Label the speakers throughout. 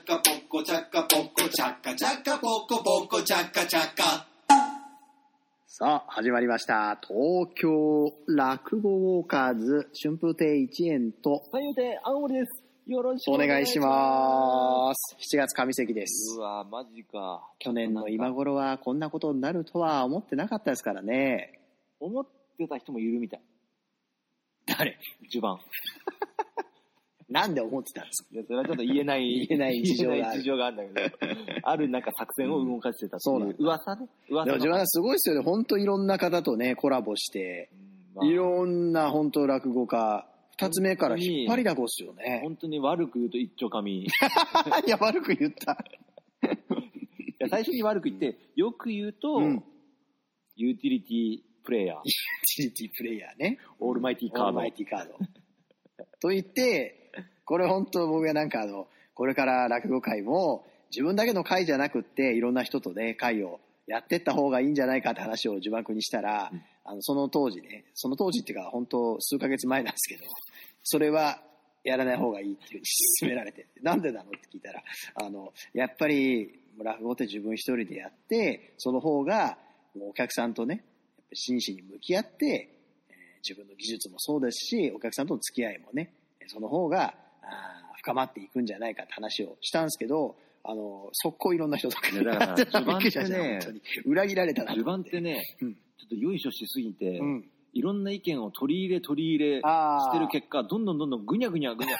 Speaker 1: チャカポコチャカチャカポコポコチャカチャカ
Speaker 2: さあ、始まりました。東京落語ウォーカーズ春風亭一円と
Speaker 3: 三遊亭青森です。よろしく
Speaker 2: お願いします。7月上関で
Speaker 3: う
Speaker 2: す。
Speaker 3: わ、マジか。
Speaker 2: 去年の今頃はこんなことになるとは思ってなかったですからね。
Speaker 3: 思ってた人もいるみたい。
Speaker 2: 誰
Speaker 3: 序盤。
Speaker 2: なんで思ってたんですか
Speaker 3: いや、それはちょっと言えない、
Speaker 2: 言えない事情がある
Speaker 3: 言えない事情があるんだけど、あるなんか作戦を動かしてたってい
Speaker 2: そうなん
Speaker 3: う。噂ね。噂
Speaker 2: でも
Speaker 3: の
Speaker 2: 自分はすごいですよね。本当いろんな方とね、コラボして、
Speaker 3: うんまあ
Speaker 2: いろんな本当落語家、二つ目から引っ張りだこっすよね。
Speaker 3: 本当に悪く言うと一丁紙。 い
Speaker 2: いや、悪く言った。
Speaker 3: や、最初に悪く言って、よく言うと、
Speaker 2: うん
Speaker 3: ユーティリティプレイヤー、
Speaker 2: チリティプレイヤーね。
Speaker 3: オールマイティカ
Speaker 2: オー
Speaker 3: ー
Speaker 2: ル
Speaker 3: ド
Speaker 2: マイ。ティカード。と言って、これ本当僕がなんかあの、これから落語会も、自分だけの会じゃなくって、いろんな人とね、会をやってった方がいいんじゃないかって話を呪縛にしたら、
Speaker 3: うん
Speaker 2: あの、その当時ね、その当時っていうか本当数ヶ月前なんですけど、それはやらない方がいいっていうふうに勧められて、なんでなのって聞いたら、あの、やっぱり落語って自分一人でやって、その方がもうお客さんとね、やっぱり真摯に向き合って、えー自分の技術もそうですし、お客さんとの付き合いもね、その方が、あー深まっていくんじゃないかって話をしたんですけど、あの、速攻いろんな人とか
Speaker 3: いやだから序盤
Speaker 2: びっ
Speaker 3: ってね
Speaker 2: くりしました本当に裏切られたなと
Speaker 3: 序
Speaker 2: 思っ。
Speaker 3: 盤っててね、
Speaker 2: うん
Speaker 3: ちょっとよいしょしすぎて、
Speaker 2: うん。
Speaker 3: いろんな意見を取り入れ取り入れ、
Speaker 2: あ
Speaker 3: し
Speaker 2: あ。
Speaker 3: てる結果、どんどんどんどんぐにゃぐにゃぐ にゃ、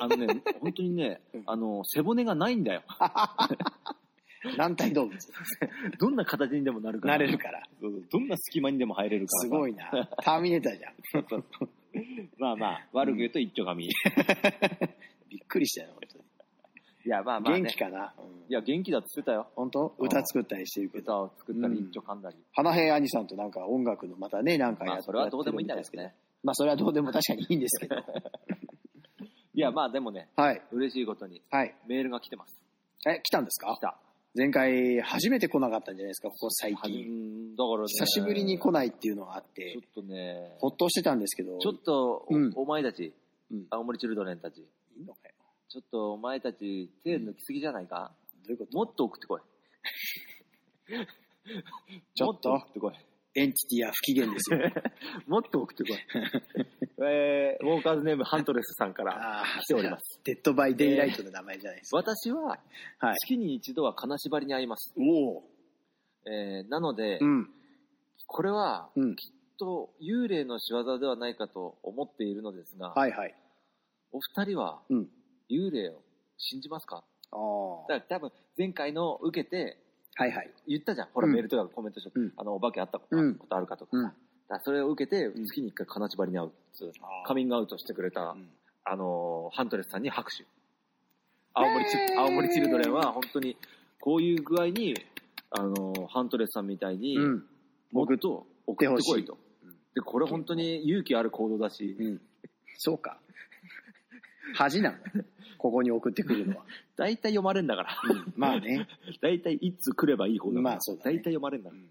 Speaker 3: あのね、本当にね
Speaker 2: うん、
Speaker 3: あの、背骨がないんだよ。
Speaker 2: 軟体動物。
Speaker 3: どんな形にでもなるから。
Speaker 2: なれるから。
Speaker 3: そうそうどんな隙間にでも入れるから。
Speaker 2: すごい。な。ターミネーターじゃん。
Speaker 3: まあまあ、悪く言うと一丁紙。い
Speaker 2: びっくりしたよ、本当に。
Speaker 3: や、まあまあ、ね。
Speaker 2: 元気かな。うん
Speaker 3: いや、元気だって言ってたよ。
Speaker 2: 本当
Speaker 3: うん
Speaker 2: 歌作ったりしてるけど。
Speaker 3: 歌を作ったり、
Speaker 2: うん
Speaker 3: 一丁噛んだり。
Speaker 2: 花平兄さんとなんか音楽のまたね、なんか
Speaker 3: ま
Speaker 2: や
Speaker 3: あ、
Speaker 2: っ
Speaker 3: それはどうでもいいんじゃないですか
Speaker 2: やってるみたですけどま
Speaker 3: ね。
Speaker 2: あ、それはどうでも確かにいいんですけ ど。
Speaker 3: いや、まあでもね、
Speaker 2: はい。
Speaker 3: 嬉しいことに、
Speaker 2: はい。
Speaker 3: メールが来てます。
Speaker 2: え、来たんですか
Speaker 3: 来た。
Speaker 2: 前回、初めて来なかったんじゃないですか、ここ最
Speaker 3: はじう
Speaker 2: 近。
Speaker 3: んだからね。
Speaker 2: 久しぶりに来
Speaker 3: な
Speaker 2: ないっていうのがあっ
Speaker 3: い。
Speaker 2: て
Speaker 3: ちょっ、とね、
Speaker 2: ほっとしてたんですけど、
Speaker 3: ちょっと
Speaker 2: うん、
Speaker 3: おお前たち
Speaker 2: うん、
Speaker 3: 青森チルドレンたち、
Speaker 2: いいのかよ
Speaker 3: ちょっとお前たち手抜きすぎじゃないか、
Speaker 2: どういうこと
Speaker 3: もっと送ってこい。
Speaker 2: ちょっと
Speaker 3: もっと送ってこい。
Speaker 2: エンティティは不機嫌ですよ。
Speaker 3: もっと送ってこい。 えー、ウォーカーズネームハントレスさんから。
Speaker 2: ああ
Speaker 3: 来ております。
Speaker 2: デッドバイデイライトの名前じゃないですか。
Speaker 3: 私 は、
Speaker 2: はい。
Speaker 3: 月に一度は金縛りに会います。
Speaker 2: おお。
Speaker 3: えー、なので、
Speaker 2: うん。
Speaker 3: これは、
Speaker 2: うん。
Speaker 3: と、幽霊の仕業ではないかと思っているのですが、
Speaker 2: はいはい。
Speaker 3: お二人は、
Speaker 2: うん
Speaker 3: 幽霊を信じますか
Speaker 2: ああ。
Speaker 3: だから多分、前回の受けて、
Speaker 2: はいはい。
Speaker 3: 言ったじゃん。ほら、
Speaker 2: うん
Speaker 3: メールとかコメントしよう
Speaker 2: うん
Speaker 3: あの、お化けあったこ
Speaker 2: うん
Speaker 3: とあるかとかさ。
Speaker 2: うん
Speaker 3: だからそれを受けて、
Speaker 2: ん
Speaker 3: 月に一回金縛りに会うっていう。カ
Speaker 2: 髪
Speaker 3: ミングアウトしてくれた、
Speaker 2: うん
Speaker 3: あのーハントレスさんに拍手。青森チ,、青森チルドレンは本当にこういう具合に、あのーハントレスさんみたいに、
Speaker 2: うん。
Speaker 3: もっと送ってこいと。
Speaker 2: うん
Speaker 3: で、これ本当に勇気ある行動だし、
Speaker 2: うん。そうか。恥なのここに送ってくるのは。
Speaker 3: 大体読まれんだから。
Speaker 2: まあね。
Speaker 3: 大体いつ来ればいい方だから。
Speaker 2: まあそうだね
Speaker 3: 大体読まれんだから。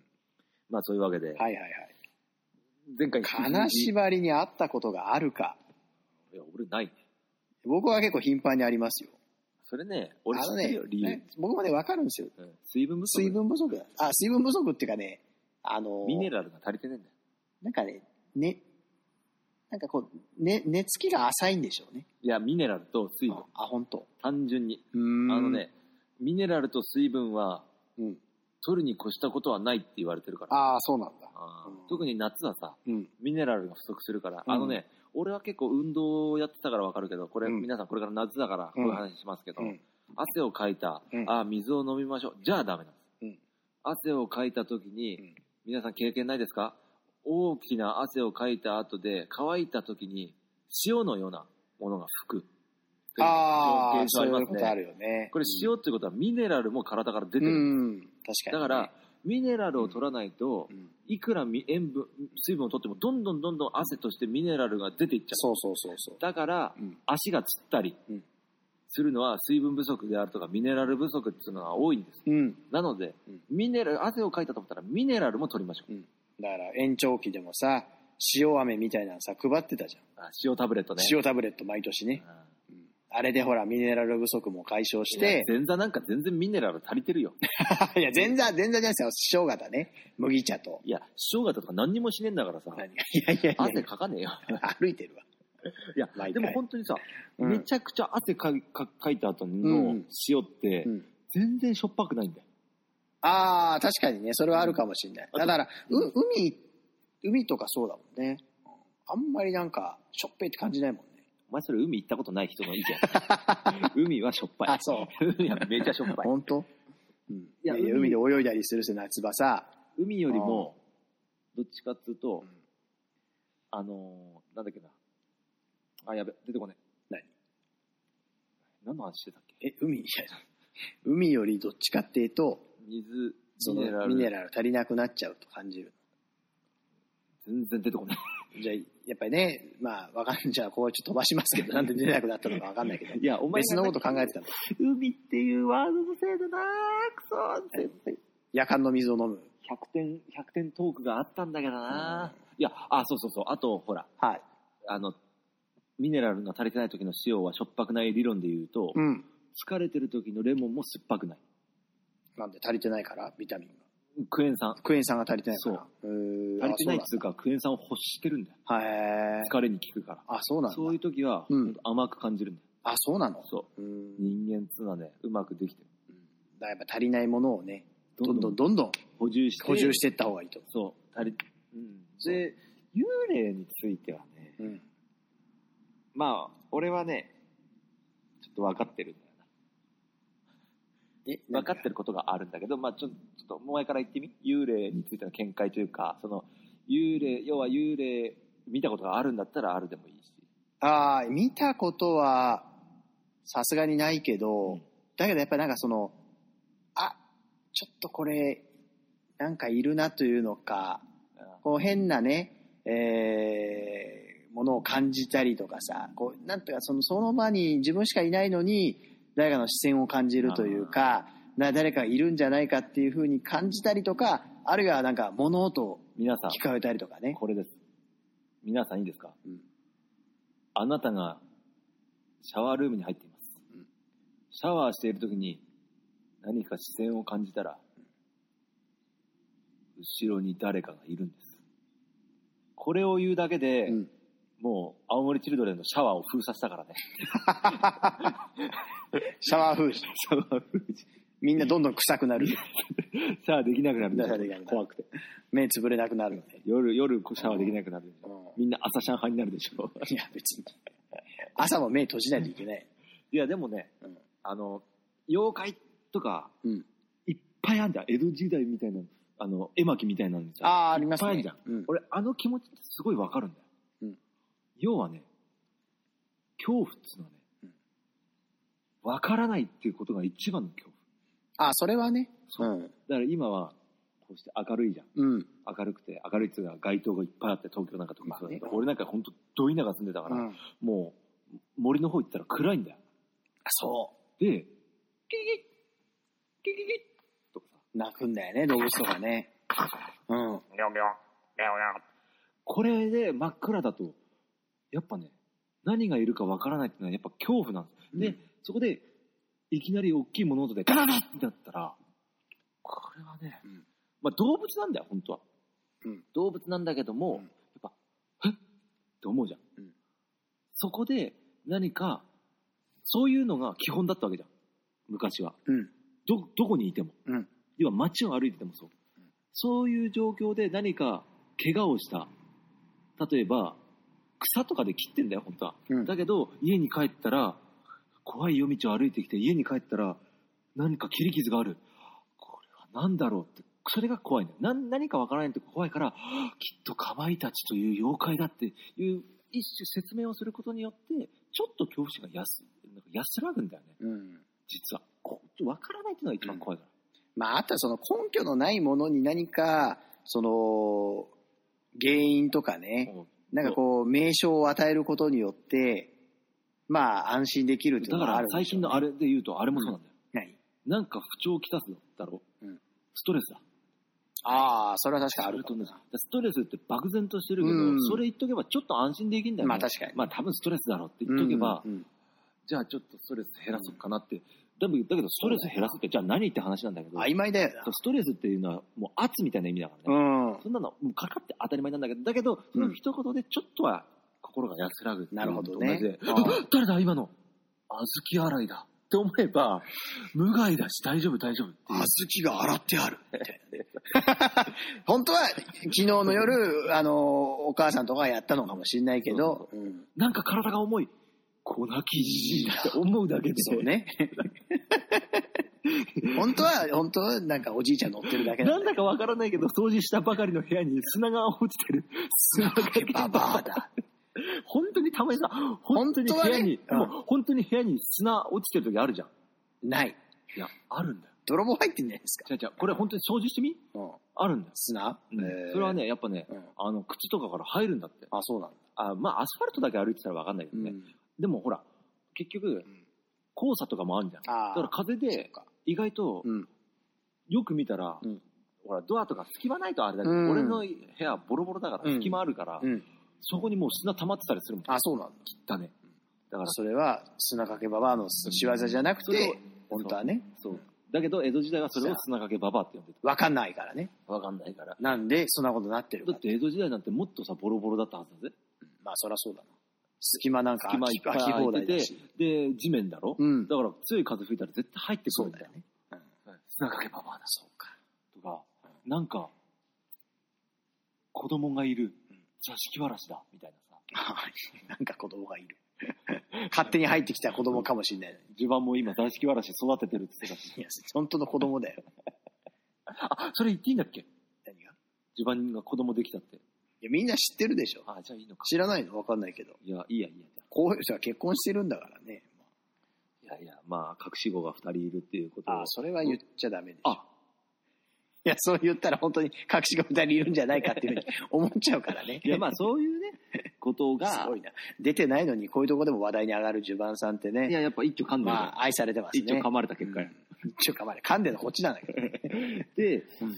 Speaker 3: まあそういうわけで、
Speaker 2: はいはいはい。
Speaker 3: 前回に引き続き
Speaker 2: 金縛りにあったことがあるか。
Speaker 3: いや、俺ない。
Speaker 2: 僕は結構頻繁にありますよ。
Speaker 3: それね、俺
Speaker 2: あ
Speaker 3: 知
Speaker 2: の
Speaker 3: ってる
Speaker 2: ね
Speaker 3: よ、理由。、
Speaker 2: 僕もね、わかるんですよ。
Speaker 3: うん水分不足。
Speaker 2: 水分不足だ。あ、水分不足っていうかね、あの、
Speaker 3: ミネラルが足りてねえんだよ。
Speaker 2: なんかね、ね、なんかこう、ね、寝つきが浅いんでしょうね。
Speaker 3: いや、ミネラルと水分。
Speaker 2: あ、本当。
Speaker 3: 単純に。
Speaker 2: あの
Speaker 3: あの、ね、ミネラルと水分は
Speaker 2: うん。
Speaker 3: 取るに越したことはないって言われてるから。
Speaker 2: ああ、そうなんだ。
Speaker 3: あー
Speaker 2: うん
Speaker 3: 特に夏はさ、
Speaker 2: うん。
Speaker 3: ミネラルが不足するから、
Speaker 2: うん
Speaker 3: あのね、俺は結構運動をやってたからわかるけど、これ、
Speaker 2: うん
Speaker 3: 皆さんこれから夏だから、こういう話しますけど、
Speaker 2: うん
Speaker 3: 汗をかいた、
Speaker 2: うん
Speaker 3: ああ、水を飲みましょう。じゃあダメなんです。
Speaker 2: うん
Speaker 3: 汗をかいた時に、
Speaker 2: うん
Speaker 3: 皆さん経験ないですか大きな汗をかいた後で、乾いた時に、塩のようなものが吹く。
Speaker 2: ああ、
Speaker 3: そ
Speaker 2: そうう
Speaker 3: いう経験あ
Speaker 2: い
Speaker 3: り
Speaker 2: う
Speaker 3: ます
Speaker 2: ことあ
Speaker 3: ね
Speaker 2: るよね。
Speaker 3: これ塩ってことはミネラルも体から出て
Speaker 2: う
Speaker 3: る。
Speaker 2: ん、確か
Speaker 3: だ
Speaker 2: にね。
Speaker 3: から、ミネラルを取らないと、
Speaker 2: うん、
Speaker 3: いくらみ塩分、水分を取っても、どんどんどんどん汗としてミネラルが出ていっちゃう。
Speaker 2: そうそうそうそう。
Speaker 3: だから、
Speaker 2: うん
Speaker 3: 足がつったり
Speaker 2: うん
Speaker 3: するのは水分不足であるとか、ミネラル不足っていうのが多いんです。
Speaker 2: うん。
Speaker 3: なので、
Speaker 2: うん
Speaker 3: ミネラル、汗をかいたと思ったら、ミネラルも取りましょう。
Speaker 2: だから延長期でもさ、塩飴みたいなのさ、配ってたじゃん。
Speaker 3: あ塩タブレットね。
Speaker 2: 塩タブレット毎年ね。
Speaker 3: うん
Speaker 2: うんあれでほら、ミネラル不足も解消して、
Speaker 3: 前座なんか全然ミネラル足りてるよ。
Speaker 2: いや、前座、前座じゃないですよ。生姜だね。麦茶と。
Speaker 3: いや、師匠方とか何にもしねえんだからさ、
Speaker 2: 何がいやいやいや、
Speaker 3: 汗かかねえよ。
Speaker 2: 歩いてるわ。
Speaker 3: いや
Speaker 2: 毎回、
Speaker 3: でも本当にさ、
Speaker 2: うん
Speaker 3: めちゃくちゃ汗かかかいた後
Speaker 2: う
Speaker 3: の
Speaker 2: ん
Speaker 3: 塩って
Speaker 2: う、ん
Speaker 3: 全然しょっぱくないんだよ。
Speaker 2: ああ、確かにね、それはあるかもしれない。
Speaker 3: うん
Speaker 2: だから、
Speaker 3: う
Speaker 2: う海、海とかそうだもんね。あんまりなんか、しょっぺいって感じないもんね。
Speaker 3: お前それ海行ったことない人の 意見。海はしょっぱい。。
Speaker 2: あそう
Speaker 3: 海はめちゃしょっぱい。
Speaker 2: 本当うん。いや、
Speaker 3: いや
Speaker 2: 海で泳いだりするし、夏場さ。
Speaker 3: 海よりも、どっちかっつうと、
Speaker 2: うん
Speaker 3: あのー、なんだっけな。あ、やべ、出てこねえ。
Speaker 2: 何
Speaker 3: 何の話してたっけ
Speaker 2: え、海いや 海よりどっちかっていうと、
Speaker 3: 水、
Speaker 2: そ
Speaker 3: ミネラ
Speaker 2: のミ
Speaker 3: ル。
Speaker 2: ネラル足りなくなっちゃうと感じる。
Speaker 3: 全然出てこない。
Speaker 2: じゃあ、やっぱりね、まあ、わかんじゃあ、ここはちょっと飛ばしますけ ど、なんで出なくなったのかわかんないけど、
Speaker 3: いや、お前
Speaker 2: 別のこと考えてたの。
Speaker 3: 海っていうワードのせいだなくそ絶対。
Speaker 2: 夜間の水を飲む。
Speaker 3: 100点、100点トークがあったんだけどな、いや、あ、そうそうそう。あと、ほら、
Speaker 2: はい。
Speaker 3: あの、ミネラルが足りてない時の塩はしょっぱくない理論で言うと、
Speaker 2: うん。
Speaker 3: 疲れてる時のレモンも酸っぱくない。
Speaker 2: なんで足りてないから、ビタミンが。
Speaker 3: クエン酸。
Speaker 2: クエン酸が足りてないから。うーん
Speaker 3: 足りてないっ
Speaker 2: あ
Speaker 3: つうか、クエン酸を欲してるんだよ。
Speaker 2: そうなんだへー
Speaker 3: 疲れに効くから。
Speaker 2: あ、そうなんだ。
Speaker 3: そういう時は、
Speaker 2: うん
Speaker 3: ほんと甘く感じるんだよ。
Speaker 2: あ、そうなの
Speaker 3: そうう。
Speaker 2: ん。
Speaker 3: 人間っつうのはね、うまくできてる。
Speaker 2: だからやっぱ足りないものをね、どんどんどんどん
Speaker 3: 補充して。
Speaker 2: 補充していった方がいいと。
Speaker 3: そう、足り、うん。で、幽霊についてはね、
Speaker 2: うん。
Speaker 3: まあ、俺はね、ちょっと分かってるんだよ
Speaker 2: え
Speaker 3: な。分かってることがあるんだけど、まあ、ちょちょっと、お前から言ってみ幽霊についての見解というか、その、幽霊、要は幽霊、見たことがあるんだったらあるでもいいし。
Speaker 2: ああ、見たことは、さすがにないけど、
Speaker 3: うん
Speaker 2: だけどやっぱりなんかその、あ、ちょっとこれ、なんかいるなというのか、
Speaker 3: あ
Speaker 2: こう変なね、えーものを感じたりとかさ、こう、なんていうか、その、その場に自分しかいないのに、誰かの視線を感じるというか、な誰かいるんじゃないかっていうふうに感じたりとか、あるいはなんか物音
Speaker 3: 皆さん、
Speaker 2: 聞こえたりとかね。
Speaker 3: これです。皆さんいいですか、
Speaker 2: うん
Speaker 3: あなたがシャワールームに入っています。
Speaker 2: うん
Speaker 3: シャワーしている時に何か視線を感じたら、後ろに誰かがいるんです。これを言うだけで、
Speaker 2: うん
Speaker 3: もう青森チルドレンのシャワーを封鎖したからね。
Speaker 2: シャワー封じ。
Speaker 3: シャワー封じ。
Speaker 2: みんなどんどん臭くなる。
Speaker 3: シャワーできなくなるんだ
Speaker 2: シャワーできなくなる
Speaker 3: 怖くて。
Speaker 2: 目つぶれなくなるのね。
Speaker 3: 夜、夜シャワーできなくなるでしょ。みんな朝シャン派になるでしょ。
Speaker 2: いや、別に。朝も目閉じないといけない。
Speaker 3: いや、でもね、
Speaker 2: うん
Speaker 3: あの、妖怪とか、
Speaker 2: うん
Speaker 3: いっぱいあんだよ江戸時代みたいな、あの、絵巻みたいなんですよ。
Speaker 2: ああ、ありますね。
Speaker 3: いっぱいある
Speaker 2: うん
Speaker 3: 俺、あの気持ちってすごいわかるんだよ。
Speaker 2: うん
Speaker 3: 要はね、恐怖っつうのはね
Speaker 2: うん、
Speaker 3: わ、からないっていうことが一番の恐怖。
Speaker 2: あそれはね。
Speaker 3: そう
Speaker 2: うん。
Speaker 3: だから今は、こうして明るいじゃん。
Speaker 2: うん。
Speaker 3: 明るくて、明るいっつうか街灯がいっぱいあって、東京なんか特にそうだけ
Speaker 2: ま
Speaker 3: ど、
Speaker 2: あね
Speaker 3: 俺なんかほんと、ど田舎住んでたから、
Speaker 2: うん
Speaker 3: もう、森の方行ったら暗いんだよ。
Speaker 2: あそ
Speaker 3: で、キキキキキキとかさ、
Speaker 2: う。泣くんだよね、動物とかね。うん。
Speaker 3: これで真っ暗だと、やっぱね、何がいるかわからないっていうのはやっぱ恐怖なんです。
Speaker 2: う
Speaker 3: で、そこで、いきなり大きい物音でガラガラってなったら、これはね、
Speaker 2: うん
Speaker 3: まあ動物なんだよ、本当は。
Speaker 2: うん
Speaker 3: 動物なんだけども、
Speaker 2: うん
Speaker 3: やっぱ、えっって思うじゃん。
Speaker 2: うん
Speaker 3: そこで何か、そういうのが基本だったわけじゃん。昔は。
Speaker 2: うん。
Speaker 3: ど、どこにいても。
Speaker 2: うん。
Speaker 3: 要は街を歩いててもそう、
Speaker 2: うん
Speaker 3: そういう状況で何か怪我をした例えば草とかで切ってんだよ本当は、
Speaker 2: うん
Speaker 3: だけど家に帰ったら怖い夜道を歩いてきて家に帰ったら何か切り傷があるこれは何だろうってそれが怖いんだよなん何かわからないって怖いからはあきっとかまいたちという妖怪だっていう一種説明をすることによってちょっと恐怖心が安なんか安らぐんだよね
Speaker 2: うん。
Speaker 3: 実はこわからないっていうのが一番怖いから。
Speaker 2: まあ、あとはその根拠のないものに何か、その、原因とかね、
Speaker 3: うん
Speaker 2: なんかこう、名称を与えることによって、まあ、安心できるっていう
Speaker 3: だ
Speaker 2: の
Speaker 3: か
Speaker 2: があ
Speaker 3: ら
Speaker 2: るんで
Speaker 3: 最
Speaker 2: しょう
Speaker 3: 近
Speaker 2: ね
Speaker 3: のあれで言うとあれもそうなんだよ、
Speaker 2: 何
Speaker 3: なんか不調をきたすだろう、
Speaker 2: うん
Speaker 3: ストレスだ
Speaker 2: ああ、それは確かにある
Speaker 3: それと
Speaker 2: と
Speaker 3: 同じだからストレスって漠然としてるけど、
Speaker 2: うん
Speaker 3: それ言っとけばちょっと安心できるんだよね
Speaker 2: まあ確かに
Speaker 3: まあ多分ストレスだろうって言っとけば、
Speaker 2: うんうん
Speaker 3: じゃあちょっとストレス減らそうかなって。だぶだけど、ストレス減らすって、じゃあ何って話なんだけど、
Speaker 2: 曖昧だよ
Speaker 3: そうストレスっていうのはもう圧みたいな意味だからね。
Speaker 2: な。うん。
Speaker 3: そんなの、もうかかって当たり前なんだけど、だけど、その一言でちょっとは心が安らぐっていう
Speaker 2: なる
Speaker 3: の
Speaker 2: ほ
Speaker 3: と
Speaker 2: ど
Speaker 3: 同じ
Speaker 2: ね
Speaker 3: で、。
Speaker 2: うん
Speaker 3: 誰だ今の小豆洗いだって思えば、無害だし大丈夫大丈夫っていう。
Speaker 2: 小豆が洗ってある。 本当は、昨日の夜、あの、お母さんとかがやったのかもしれないけど、うん
Speaker 3: なんか体が重い。粉きじじいだって思うだけで。
Speaker 2: そうね。本当は、本当は、なんかおじいちゃん乗ってるだけ
Speaker 3: な
Speaker 2: なん
Speaker 3: ん
Speaker 2: だ
Speaker 3: だかわからないけど、掃除したばかりの部屋に砂が落ちてる。砂がけ
Speaker 2: ババアだ。
Speaker 3: 本当にたまにさ、本当に部屋に
Speaker 2: 本、当はねうん
Speaker 3: もう本当に部屋に砂落ちてる時あるじゃん。
Speaker 2: ない。
Speaker 3: いや、あるんだよ。
Speaker 2: 泥棒入ってんじゃないですか。
Speaker 3: じゃじゃこれ本当に掃除してみ
Speaker 2: うん、
Speaker 3: あるんだよ。
Speaker 2: 砂、
Speaker 3: うん
Speaker 2: えー
Speaker 3: それは、ね、やっぱね、
Speaker 2: うん
Speaker 3: あの、口とかから入るんだって。
Speaker 2: あ、そうなんだ。
Speaker 3: あまあ、アスファルトだけ歩いてたらわかんないけどね。でもほら、結局、
Speaker 2: ん
Speaker 3: 黄砂とかもあるじゃん。だ
Speaker 2: あー
Speaker 3: から風
Speaker 2: そっ
Speaker 3: で、
Speaker 2: か
Speaker 3: 意外と、
Speaker 2: うん
Speaker 3: よく見たら、
Speaker 2: うん
Speaker 3: ほら、ドアとか隙間ないとあれだけど、
Speaker 2: うん
Speaker 3: 俺の部屋ボロボロだから、
Speaker 2: うん
Speaker 3: 隙間あるから、
Speaker 2: うん。
Speaker 3: そこにもう砂溜まってたりするもん。
Speaker 2: あ、そうなんだ。
Speaker 3: だね。だから、
Speaker 2: それは、砂かけババアの仕業じゃなく
Speaker 3: それを
Speaker 2: て、本当はね、
Speaker 3: そう。だけど、江戸時代はそれを砂かけババアって呼んで
Speaker 2: わかんないからね。
Speaker 3: た。わかんないから。
Speaker 2: なんで、そんなことになってるか
Speaker 3: だって江戸時代なんてもっとさ、ボロボロだったはずだぜ。
Speaker 2: まあ、そりゃそうだな。隙間なんか
Speaker 3: 隙間いっぱい
Speaker 2: 空き
Speaker 3: 空
Speaker 2: 放
Speaker 3: いて
Speaker 2: 題
Speaker 3: て
Speaker 2: だし。、
Speaker 3: で、地面だろ、
Speaker 2: うん
Speaker 3: だから強い風吹いたら絶対入ってく
Speaker 2: そ
Speaker 3: る
Speaker 2: うんだ
Speaker 3: だよ
Speaker 2: よ。ね。
Speaker 3: 砂かけババアだ。そうか。とか、なんか、子供がいる、座敷わらしだ、みたいなさ。
Speaker 2: なんか子供がいる。 勝手に入ってきた子供かもしれないのに。
Speaker 3: 自分も今、座敷わらし育ててるって言ってたし。
Speaker 2: いや、本当の子供だよ。
Speaker 3: あ、 それ言っていいんだっけ
Speaker 2: 何がい
Speaker 3: 自分が子供できたって。
Speaker 2: や、みんな知ってるでしょ。
Speaker 3: あ、じゃあいいのか。
Speaker 2: 知らないのわかんないけど。
Speaker 3: いや、いいや、いいや。
Speaker 2: こういう人は結婚してるんだからね。
Speaker 3: いやいや、まあ、隠し子が二人いるっていうことを
Speaker 2: あ、それは言っちゃダメでしょ
Speaker 3: あ、
Speaker 2: いや、そう言ったら本当に隠し子みたいにいるんじゃないかっていうふうに思っちゃうからね。
Speaker 3: いや、まあ、そういうね、 こと
Speaker 2: す
Speaker 3: が、
Speaker 2: ごいな。出てないのに、こういうとこでも話題に上がるジュバンさんって
Speaker 3: いや、
Speaker 2: ね、
Speaker 3: やっぱ一挙噛んでるから
Speaker 2: まあ、愛されてますね。
Speaker 3: 一応噛まれた結果や
Speaker 2: うん一応噛まれ。噛んでるのこっちなんだけどね。
Speaker 3: で、
Speaker 2: うん
Speaker 3: ま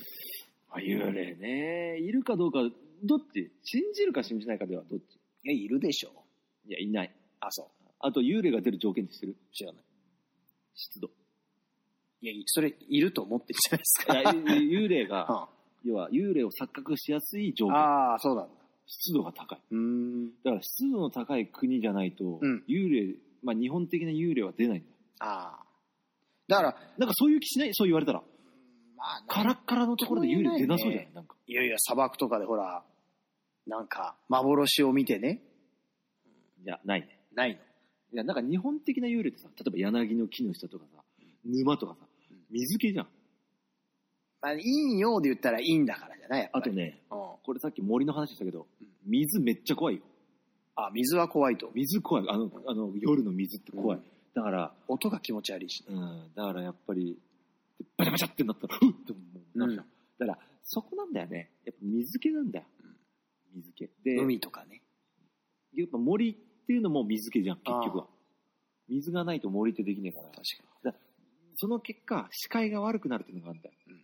Speaker 3: あ、幽霊ね、いるかどうか、どっち信じるか信じないかではどっち
Speaker 2: いや、いるでしょ。
Speaker 3: いや、いない。
Speaker 2: あ、そう。
Speaker 3: あと、幽霊が出る条件って知ってる
Speaker 2: 知らない。
Speaker 3: 湿度。
Speaker 2: いや、いそれ、いると思ってるじゃないです
Speaker 3: い
Speaker 2: か。
Speaker 3: や幽霊
Speaker 2: う
Speaker 3: が、
Speaker 2: ん
Speaker 3: 要は幽霊を錯覚しやすい条件。
Speaker 2: ああ、そうなんだ。
Speaker 3: 湿度が高い。
Speaker 2: うーん。
Speaker 3: だから湿度の高い国じゃないと、
Speaker 2: うん
Speaker 3: 幽霊、まあ日本的な幽霊は出ないんだよ。
Speaker 2: ああ。だから、
Speaker 3: なんかそういう気しないそう言われたら。
Speaker 2: まあ、
Speaker 3: カラッカラのところで幽霊出なそうじゃないなんか。
Speaker 2: いやいや、砂漠とかでほら、なんか、幻を見てね、
Speaker 3: いや、ないね。
Speaker 2: ないの。
Speaker 3: いや、なんか日本的な幽霊ってさ、例えば柳の木の下とかさ、沼とかさ、水系じゃん。
Speaker 2: まあ、陰陽で言ったら陰だからじゃないやっぱ
Speaker 3: あ
Speaker 2: り
Speaker 3: とね、
Speaker 2: うん
Speaker 3: これさっき森の話したけど
Speaker 2: うん、
Speaker 3: 水めっちゃ怖いよ。
Speaker 2: あ、水は怖いと。
Speaker 3: 水怖い。あの、あの夜の水って怖い。
Speaker 2: うん
Speaker 3: だから、
Speaker 2: 音が気持ち悪いし。
Speaker 3: うん、だからやっぱり、バチャバチャってなったら、ふっってなるじゃん。だから、そこなんだよね。やっぱ水気なんだよ。水気。で、
Speaker 2: 海とかね。
Speaker 3: やっぱ森っていうのも水気じゃん、結局
Speaker 2: あ
Speaker 3: は。水がないと森ってできねえから。その結果、視界が悪くなるっていうのがあるんだよ。
Speaker 2: うん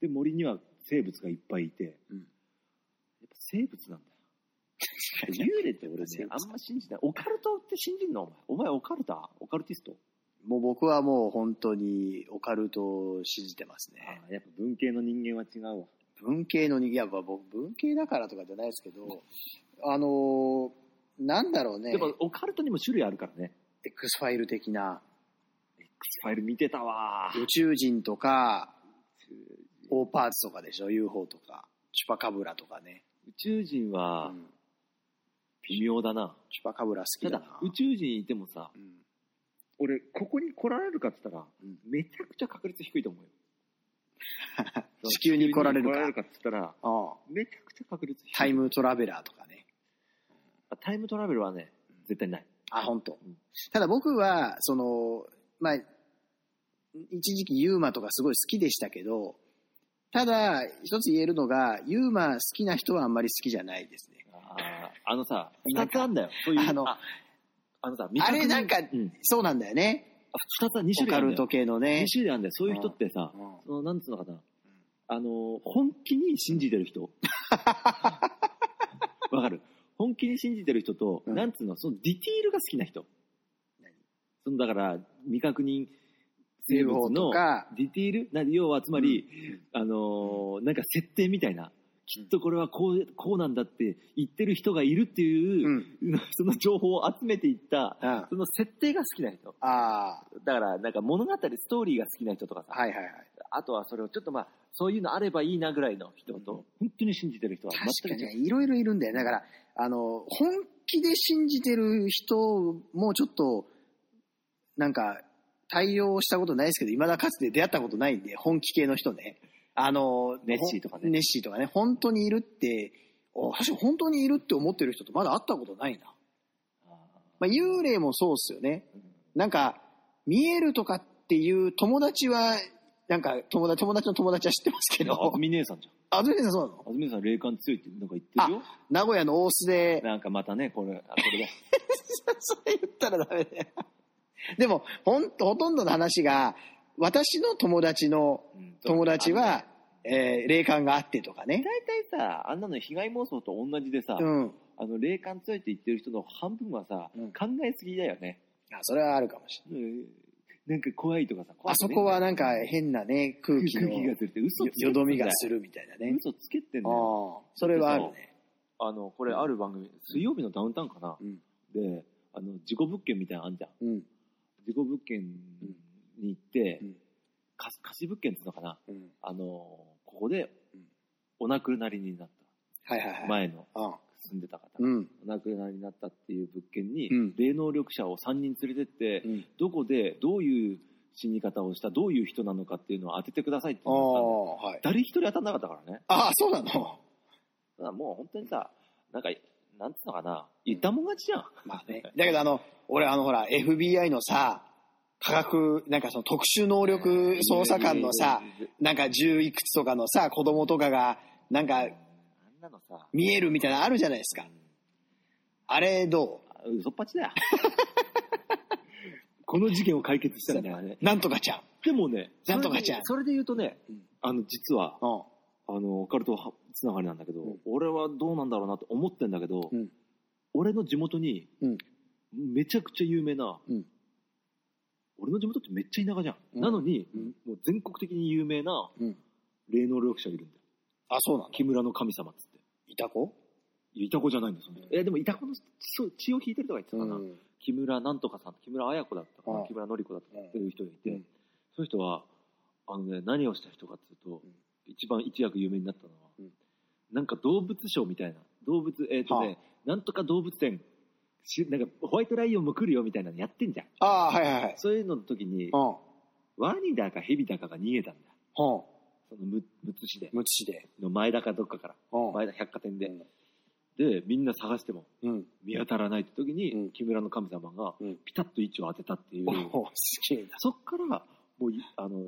Speaker 3: で、森には生物がいっぱいいて、
Speaker 2: うん
Speaker 3: やっぱ生物なんだよ。幽霊って俺
Speaker 2: 生
Speaker 3: ね、
Speaker 2: 物
Speaker 3: あんま信じない。オカルトって信じんのお前。お前オカルタオカルティスト
Speaker 2: もう僕はもう本当にオカルトを信じてますね。
Speaker 3: ああ、やっぱ文系の人間は違うわ。
Speaker 2: 文系のに、いや、まあ僕、文系だからとかじゃないですけど、あのーなんだろうね
Speaker 3: で、もオカルトにも種類あるからね。
Speaker 2: X ファイル的な、
Speaker 3: X ファイル見てたわ。
Speaker 2: 宇宙人とか、オーパーツとかでしょ、UFO とか、チュパカブラとかね。
Speaker 3: 宇宙人
Speaker 2: う
Speaker 3: は
Speaker 2: ん、
Speaker 3: 微妙だな。
Speaker 2: チュパカブラ好きだ
Speaker 3: ただ
Speaker 2: な。、
Speaker 3: 宇宙人いてもさ、
Speaker 2: うん
Speaker 3: 俺、ここに来られるかって言ったら、
Speaker 2: うん
Speaker 3: めちゃくちゃ確率低いと思うよ。
Speaker 2: 地球に来られるか
Speaker 3: 地球に来って言ったら、
Speaker 2: ああ
Speaker 3: めちゃくちゃ確率低い。
Speaker 2: タイムトラベラーとかね。
Speaker 3: あタイムトラベルはね、絶対ない。
Speaker 2: あ、本当
Speaker 3: うん。
Speaker 2: ただ僕は、その、まあ、一時期ユーマとかすごい好きでしたけど、ただ、一つ言えるのが、ユーマ好きな人はあんまり好きじゃないですね。
Speaker 3: あーあのさ、
Speaker 2: な
Speaker 3: 二
Speaker 2: ん
Speaker 3: つ
Speaker 2: か
Speaker 3: あんだよ。そういう。
Speaker 2: あの
Speaker 3: ああのさ、未確認
Speaker 2: あれなんか
Speaker 3: うん
Speaker 2: そうなんだよね。
Speaker 3: あ二つは二
Speaker 2: オ
Speaker 3: 種類あ
Speaker 2: カ
Speaker 3: るん
Speaker 2: ル
Speaker 3: だよ
Speaker 2: ト。系のね
Speaker 3: 二。種類あるんだよ。そういう人ってさ
Speaker 2: う、ん
Speaker 3: その、なんつうのかな。あの、本気に信じて る人。わかる本気に信じてる人と、
Speaker 2: うん
Speaker 3: なんつうの、そのディティールが好きな人。
Speaker 2: 何
Speaker 3: そのだから未確認生
Speaker 2: 生物
Speaker 3: 物の
Speaker 2: とか
Speaker 3: ディティールな要はつまり、あのーなんか設定みたいなきっとこれはこうこうなんだって言ってる人がいるっていうう、
Speaker 2: ん。
Speaker 3: その情報を集めていった
Speaker 2: あ
Speaker 3: その設定が好きな人
Speaker 2: あ
Speaker 3: だからなんか物語ストーリーが好きな人とかさ
Speaker 2: ー、はいはいはい。
Speaker 3: あとはそれをちょっとまあそういうのあればいいなぐらいの人と、本当に信じてる人は
Speaker 2: 確か
Speaker 3: 全
Speaker 2: に
Speaker 3: く違う
Speaker 2: ね、いろいろいるんだよ。だから、あの、本気で信じてる人もちょっと、なんか、対応したことないですけど、未だかつて出会ったことないんで、本気系の人ね。あの、
Speaker 3: ネッシーとかね
Speaker 2: ネッシーとかね、本当にいるって、お確かに本当にいるって思ってる人とまだ会ったことないな。まあ、幽霊もそうっすよね。なんか、見えるとかっていう友達は、なんか友達、友達の友達は知ってますけ
Speaker 3: あ
Speaker 2: ど
Speaker 3: ず、み姉さんじゃん
Speaker 2: あ、ずれさんそうなの
Speaker 3: あずみ姉さん霊感強いってなんか言ってるよ
Speaker 2: 名古屋の大須で、
Speaker 3: なんかまたねこれあこれだ
Speaker 2: それ言ったらダメだよ。でも、ほん、ほとんどの話が、私の友達の
Speaker 3: うん
Speaker 2: 友達は、えー霊感があってとかね。
Speaker 3: 大体さあんなの被害妄想と同じでさ、
Speaker 2: うん。
Speaker 3: あの霊感強いって言ってる人の半分はさ、
Speaker 2: うん
Speaker 3: 考えすぎだよね、
Speaker 2: あそれはあるかもしれ
Speaker 3: うんなんか怖いとかさ
Speaker 2: ない。
Speaker 3: 怖
Speaker 2: あそ
Speaker 3: くね
Speaker 2: こはなんか変なね、空
Speaker 3: 空
Speaker 2: 気
Speaker 3: 気
Speaker 2: の
Speaker 3: が
Speaker 2: よ
Speaker 3: するって嘘つけてんだよ
Speaker 2: よどみがするみたいなね。
Speaker 3: 嘘つけてん
Speaker 2: あ
Speaker 3: だよ
Speaker 2: あ、それはあるね。
Speaker 3: あの、これある番組、水曜日のダウンタウンかな、
Speaker 2: うん
Speaker 3: で、あの、事故物件みたいなのあんじゃん。
Speaker 2: うん。
Speaker 3: 事故物件に行って、
Speaker 2: うん
Speaker 3: か貸し物件っていうのかな
Speaker 2: うん。
Speaker 3: あの、ここで
Speaker 2: うん、
Speaker 3: お亡くなりになっ
Speaker 2: はいはい
Speaker 3: た。
Speaker 2: はい。
Speaker 3: 前の
Speaker 2: ああ
Speaker 3: 住んでた方が、
Speaker 2: うん。
Speaker 3: お亡くなりになったっていう物件に、
Speaker 2: うん
Speaker 3: 霊能力者を3人連れてって、
Speaker 2: うん。
Speaker 3: どこで、どういう死に方をした、どういう人なのかっていうのを当ててくださいって
Speaker 2: あ
Speaker 3: 言ったんだよ
Speaker 2: あ、はい。
Speaker 3: 誰一人当たんなかったからね。
Speaker 2: ああ、そうなの
Speaker 3: ただもう本当にさ、なんか、なんつうのかな、言ったもん勝ちじゃん。
Speaker 2: まあね。だけどあの、俺あのほら、FBI のさ、科学、なんかその特殊能力捜査官のさ、なんか十いくつとかのさ、子供とかが、なんか
Speaker 3: あんなのさ、
Speaker 2: 見えるみたいなのあるじゃないですか。あれど
Speaker 3: あ嘘っぱちだよ。この事件を解決したんだよね。
Speaker 2: うなんとかちゃん。
Speaker 3: でもね、
Speaker 2: なんとかちゃん
Speaker 3: それで言うとね
Speaker 2: うん、
Speaker 3: あの、実は、
Speaker 2: うん。
Speaker 3: あの、オカルトはつながりなんだけど
Speaker 2: うん、
Speaker 3: 俺はどうなんだろうなって思ってんだけど
Speaker 2: うん、
Speaker 3: 俺の地元に
Speaker 2: うん、
Speaker 3: めちゃくちゃ有名な
Speaker 2: うん、
Speaker 3: 俺の地元ってめっちゃ田舎じゃ
Speaker 2: うん
Speaker 3: ん。なのに
Speaker 2: うん、
Speaker 3: もう全国的に有名な
Speaker 2: うん
Speaker 3: 霊能力者がいるんだよ。
Speaker 2: あ、そうなの
Speaker 3: 木村の神様っつって。
Speaker 2: いた子
Speaker 3: いやいた子じゃないんですよね。え、でもいた子の血を血を引いてるとか言ってたかな。
Speaker 2: うん
Speaker 3: 木村なんとかさん、木村綾子だったか
Speaker 2: う
Speaker 3: な、
Speaker 2: ん
Speaker 3: 木村典子だったかなっていう人がいて、
Speaker 2: うん
Speaker 3: その人は、あのね、何をした人かっていうと、
Speaker 2: うん
Speaker 3: 一番一躍有名になったのは、
Speaker 2: うん
Speaker 3: なんか動物ショーみたいな、動物、えっ、とね、
Speaker 2: は
Speaker 3: なんとか動物園、しなんかホワイトライオンも来るよみたいなのやってんじゃん。
Speaker 2: ああ、はいはいはい。
Speaker 3: そういうのの時に
Speaker 2: う、ん。
Speaker 3: ワニだかヘビだかが逃げたんだ。
Speaker 2: うん。
Speaker 3: そのむむつ市で、
Speaker 2: むつ市で。
Speaker 3: の前田かどっかから、
Speaker 2: うん。
Speaker 3: 前田百貨店で。
Speaker 2: うん
Speaker 3: で、みんな探しても
Speaker 2: うん。
Speaker 3: 見当たらないって時に、
Speaker 2: うん
Speaker 3: 木村の神様が
Speaker 2: うん
Speaker 3: ピタッと位置を当てたっていう。
Speaker 2: おお、すげえな。
Speaker 3: そっから、もうい、あの、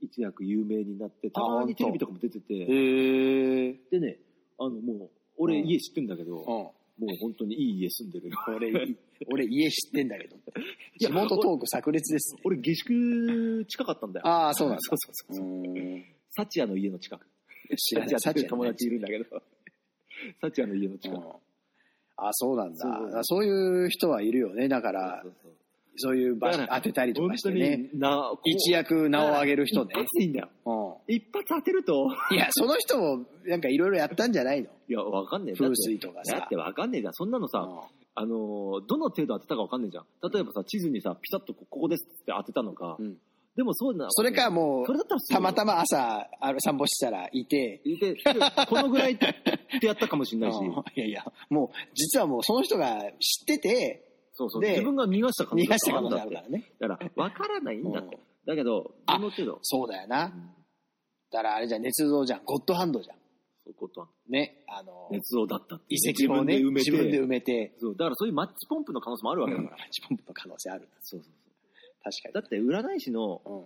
Speaker 3: 一躍有名になって、たまにテレビとかも出てて、
Speaker 2: へえ。
Speaker 3: でね、あの、もう、俺
Speaker 2: うん
Speaker 3: 家知ってんだけど、
Speaker 2: うん
Speaker 3: もう。本当にいい家住んでるよ。
Speaker 2: 俺、い俺家知ってんだけど。
Speaker 3: いや
Speaker 2: 地元トーク炸裂ですね。
Speaker 3: 俺、下宿近かったんだよ。
Speaker 2: あ あ、そうなんだ。
Speaker 3: そうそうそう。
Speaker 2: うん
Speaker 3: サチアの家の近く。
Speaker 2: 知らない。
Speaker 3: サチアっていう友達いるんだけど。 サチアの家の近く。
Speaker 2: あ、そうなんだ。
Speaker 3: そう
Speaker 2: そういう人はいるよね。だから
Speaker 3: そ、うそう
Speaker 2: そういう場所
Speaker 3: だから
Speaker 2: 当てたりと
Speaker 3: 本
Speaker 2: かし
Speaker 3: 当
Speaker 2: てね。
Speaker 3: にな、こう
Speaker 2: 一躍名を上げる人ね
Speaker 3: 一。発でいいんだよ。
Speaker 2: う
Speaker 3: 一発当てると、
Speaker 2: ん。いや、その人も、なんかいろいろやったんじゃないの
Speaker 3: いや、わかんねえ。だっ
Speaker 2: 風
Speaker 3: て
Speaker 2: 水とか
Speaker 3: だ
Speaker 2: さ
Speaker 3: っ。てわかんねえじゃん。そんなのさ、
Speaker 2: う
Speaker 3: あのーどの程度当てたかわかんないじゃん。例えばさ、地図にさ、ピタッとこここですって当てたのか。
Speaker 2: んうん
Speaker 3: でもそうな
Speaker 2: それかも
Speaker 3: それ
Speaker 2: う、
Speaker 3: だったらすごい
Speaker 2: たまたま朝、あの散歩してたらいて、
Speaker 3: ででこのぐらいってやったかもしれ
Speaker 2: う
Speaker 3: なんいし。
Speaker 2: いやいや、もう、実はもうその人が知ってて、
Speaker 3: そうそう。
Speaker 2: で
Speaker 3: 自分が逃がした可能
Speaker 2: 逃
Speaker 3: 性
Speaker 2: がした可能性
Speaker 3: だ
Speaker 2: あ
Speaker 3: っ
Speaker 2: る
Speaker 3: て
Speaker 2: からね。
Speaker 3: だから、わからないんだ
Speaker 2: う
Speaker 3: と
Speaker 2: ん。
Speaker 3: だけど、
Speaker 2: あ
Speaker 3: どの程度。
Speaker 2: そうだよ
Speaker 3: う
Speaker 2: な。
Speaker 3: ん
Speaker 2: だからあれじゃん、捏造じゃん。ゴッドハンドじゃん。
Speaker 3: そういうことは。
Speaker 2: ね。あの、
Speaker 3: 捏造だったってい
Speaker 2: 遺
Speaker 3: う。
Speaker 2: 跡をね、
Speaker 3: 自
Speaker 2: 自
Speaker 3: 分
Speaker 2: 分
Speaker 3: で
Speaker 2: で
Speaker 3: 埋めて。
Speaker 2: 埋めて、
Speaker 3: そう。だからそういうマッチポンプの可能性もあるわけだから。
Speaker 2: マッチポンプの可能性ある。
Speaker 3: そうそうそ
Speaker 2: 確
Speaker 3: う。
Speaker 2: か
Speaker 3: だって、占い師の、
Speaker 2: に。うん。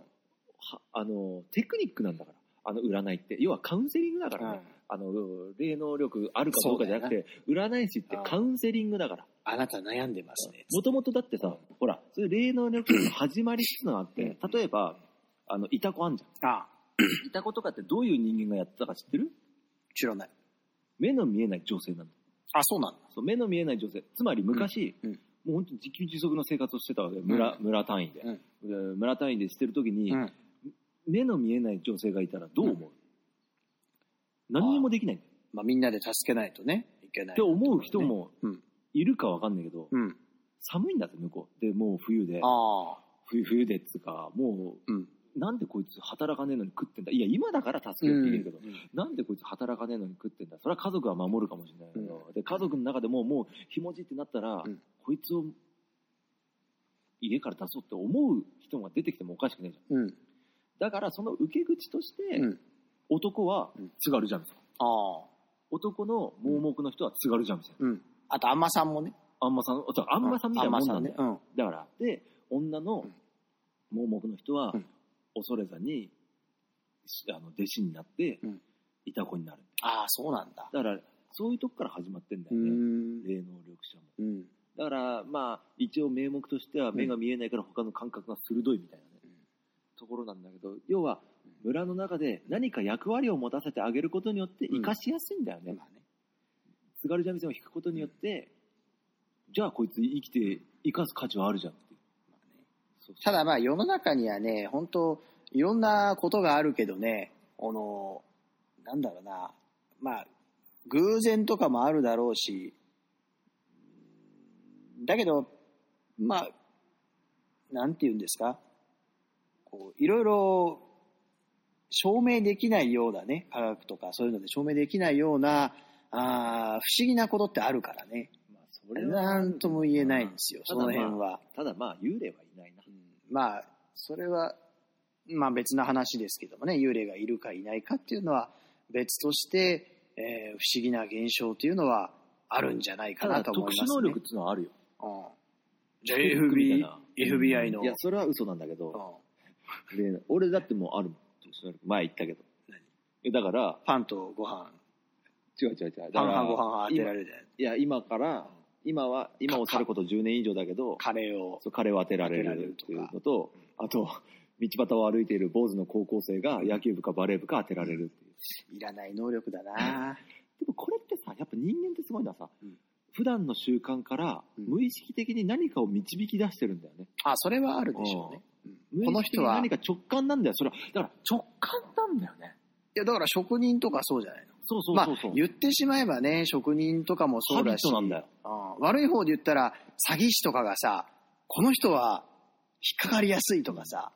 Speaker 3: はあの、テクニックなんだから。あの、占いって。要はカウンセリングだからね。あの、霊能力あるかどうかじゃなくて、占い師ってカウンセリングだから。
Speaker 2: あなた悩んでますね。
Speaker 3: もともとだってさ、ほら、そういう霊能力の始まりっていうのがあって、例えば、あの、イタコあんじゃ
Speaker 2: ああ、
Speaker 3: ん。イタコとかってどういう人間がやってたか知ってる
Speaker 2: 知らない。
Speaker 3: 目の見えない女性なの。
Speaker 2: あ、そうなの
Speaker 3: そう、目の見えない女性。つまり昔、
Speaker 2: うんうん
Speaker 3: もう本当に自給自足の生活をしてたわけ村,、
Speaker 2: う
Speaker 3: 村単位で、
Speaker 2: うん
Speaker 3: で村単位でしてる時に、
Speaker 2: うん
Speaker 3: 目の見えない女性がいたらどう思う、何にもできないんだよ
Speaker 2: まあ、みんなで助けないとねいけない
Speaker 3: って思う人も
Speaker 2: うん
Speaker 3: いるかわかんないけど、
Speaker 2: うん
Speaker 3: 寒いんだって向こうでもう冬で
Speaker 2: ああ
Speaker 3: 冬冬でっつうかもう
Speaker 2: うん
Speaker 3: なんでこいつ働かねえのに食ってんだいや今だから助けようって言えるけど、なんでこいつ働かねえのに食ってんだそれは家族は守るかもしれないけど、で家族の中でももうひもじいってなったら、
Speaker 2: うん
Speaker 3: こいつを家から出そうって思う人が出てきてもおかしくないじゃん
Speaker 2: うん
Speaker 3: だからその受け口として、
Speaker 2: うん
Speaker 3: 男は
Speaker 2: うん
Speaker 3: 津軽三味線
Speaker 2: ああ
Speaker 3: 男の盲目の人は津軽三味線、
Speaker 2: うんあとあんまさんもね
Speaker 3: あんまさんそうあんまさんみたいなもんなんだよ、
Speaker 2: あんまさんね
Speaker 3: だからで女の
Speaker 2: うん
Speaker 3: 盲目の人は、
Speaker 2: うん
Speaker 3: 恐れざにしあの弟子になって、
Speaker 2: うん
Speaker 3: いた子になる
Speaker 2: うんああそうなんだ
Speaker 3: だからそういうとこから始まってんだ
Speaker 2: う
Speaker 3: よね
Speaker 2: ん
Speaker 3: 霊能力者も
Speaker 2: うん
Speaker 3: だからまあ一応名目としては
Speaker 2: ん
Speaker 3: 目が見えないから他の感覚が鋭いみたいなね、
Speaker 2: うん
Speaker 3: ところなんだけど要は村の中で何か役割を持たせてあげることによって
Speaker 2: うん
Speaker 3: 生かしやすいんだよね、
Speaker 2: まあね
Speaker 3: 津軽三味線を弾くことによって、じゃあこいつ生きて生かす価値はあるじゃんっていう
Speaker 2: まあね
Speaker 3: そうそう
Speaker 2: ただまあ世の中にはね、本当いろんなことがあるけどね、あの、なんだろうな、まあ、偶然とかもあるだろうし、だけど、まあ、なんて言うんですか、こういろいろ証明できないようなね、科学とかそういうので証明できないような、あー不思議なことってあるからね。
Speaker 3: まあそれは
Speaker 2: なんとも言えないんですよ、そ
Speaker 3: ただま
Speaker 2: の
Speaker 3: あ
Speaker 2: 辺は。
Speaker 3: ただまあ幽霊はいないな
Speaker 2: まあ、それは、まあ別の話ですけどもね、幽霊がいるかいないかっていうのは別として、えー不思議な現象っていうのはあるんじゃないか
Speaker 3: た
Speaker 2: な
Speaker 3: だ
Speaker 2: と思い
Speaker 3: 特
Speaker 2: ます、ね。
Speaker 3: 殊能力っていうのはあるよ
Speaker 2: うん。じゃあ
Speaker 3: 特殊み
Speaker 2: FB
Speaker 3: たいな
Speaker 2: FBI の。
Speaker 3: いやそれは嘘なんだけど、
Speaker 2: うん
Speaker 3: で俺だってもうあるもん特殊能力前言ったけど
Speaker 2: 何
Speaker 3: えだから
Speaker 2: パンとご飯、
Speaker 3: 違う違う違うだか
Speaker 2: パン
Speaker 3: ら
Speaker 2: 半ご飯当てられるじゃない
Speaker 3: いや今から今は今を去ること10年以上だけど
Speaker 2: カレーを。
Speaker 3: そう彼を当てられるっていうのとあと道端を歩いている坊主の高校生が野球部かバレー部か当てられるっていう
Speaker 2: いらない能力だな
Speaker 3: でもこれってさやっぱ人間ってすごいのはさ、
Speaker 2: うん
Speaker 3: 普段の習慣から
Speaker 2: うん
Speaker 3: 無意識的に何かを導き出してるんだよね、
Speaker 2: あ、それはあるでしょうね。うんこ
Speaker 3: 無
Speaker 2: の
Speaker 3: 意識的
Speaker 2: 人
Speaker 3: に
Speaker 2: は、
Speaker 3: 何
Speaker 2: い
Speaker 3: か直感なんだよそれはだから直感なんだよね
Speaker 2: やだから職人とかそうじゃないの
Speaker 3: そうそう
Speaker 2: まあ
Speaker 3: そうそう、、
Speaker 2: 言ってしまえばね、職人とかもそうだし、
Speaker 3: ハビットなんだよ
Speaker 2: うん悪い方で言ったら、詐欺師とかがさ、この人は引っかかりやすいとかさ、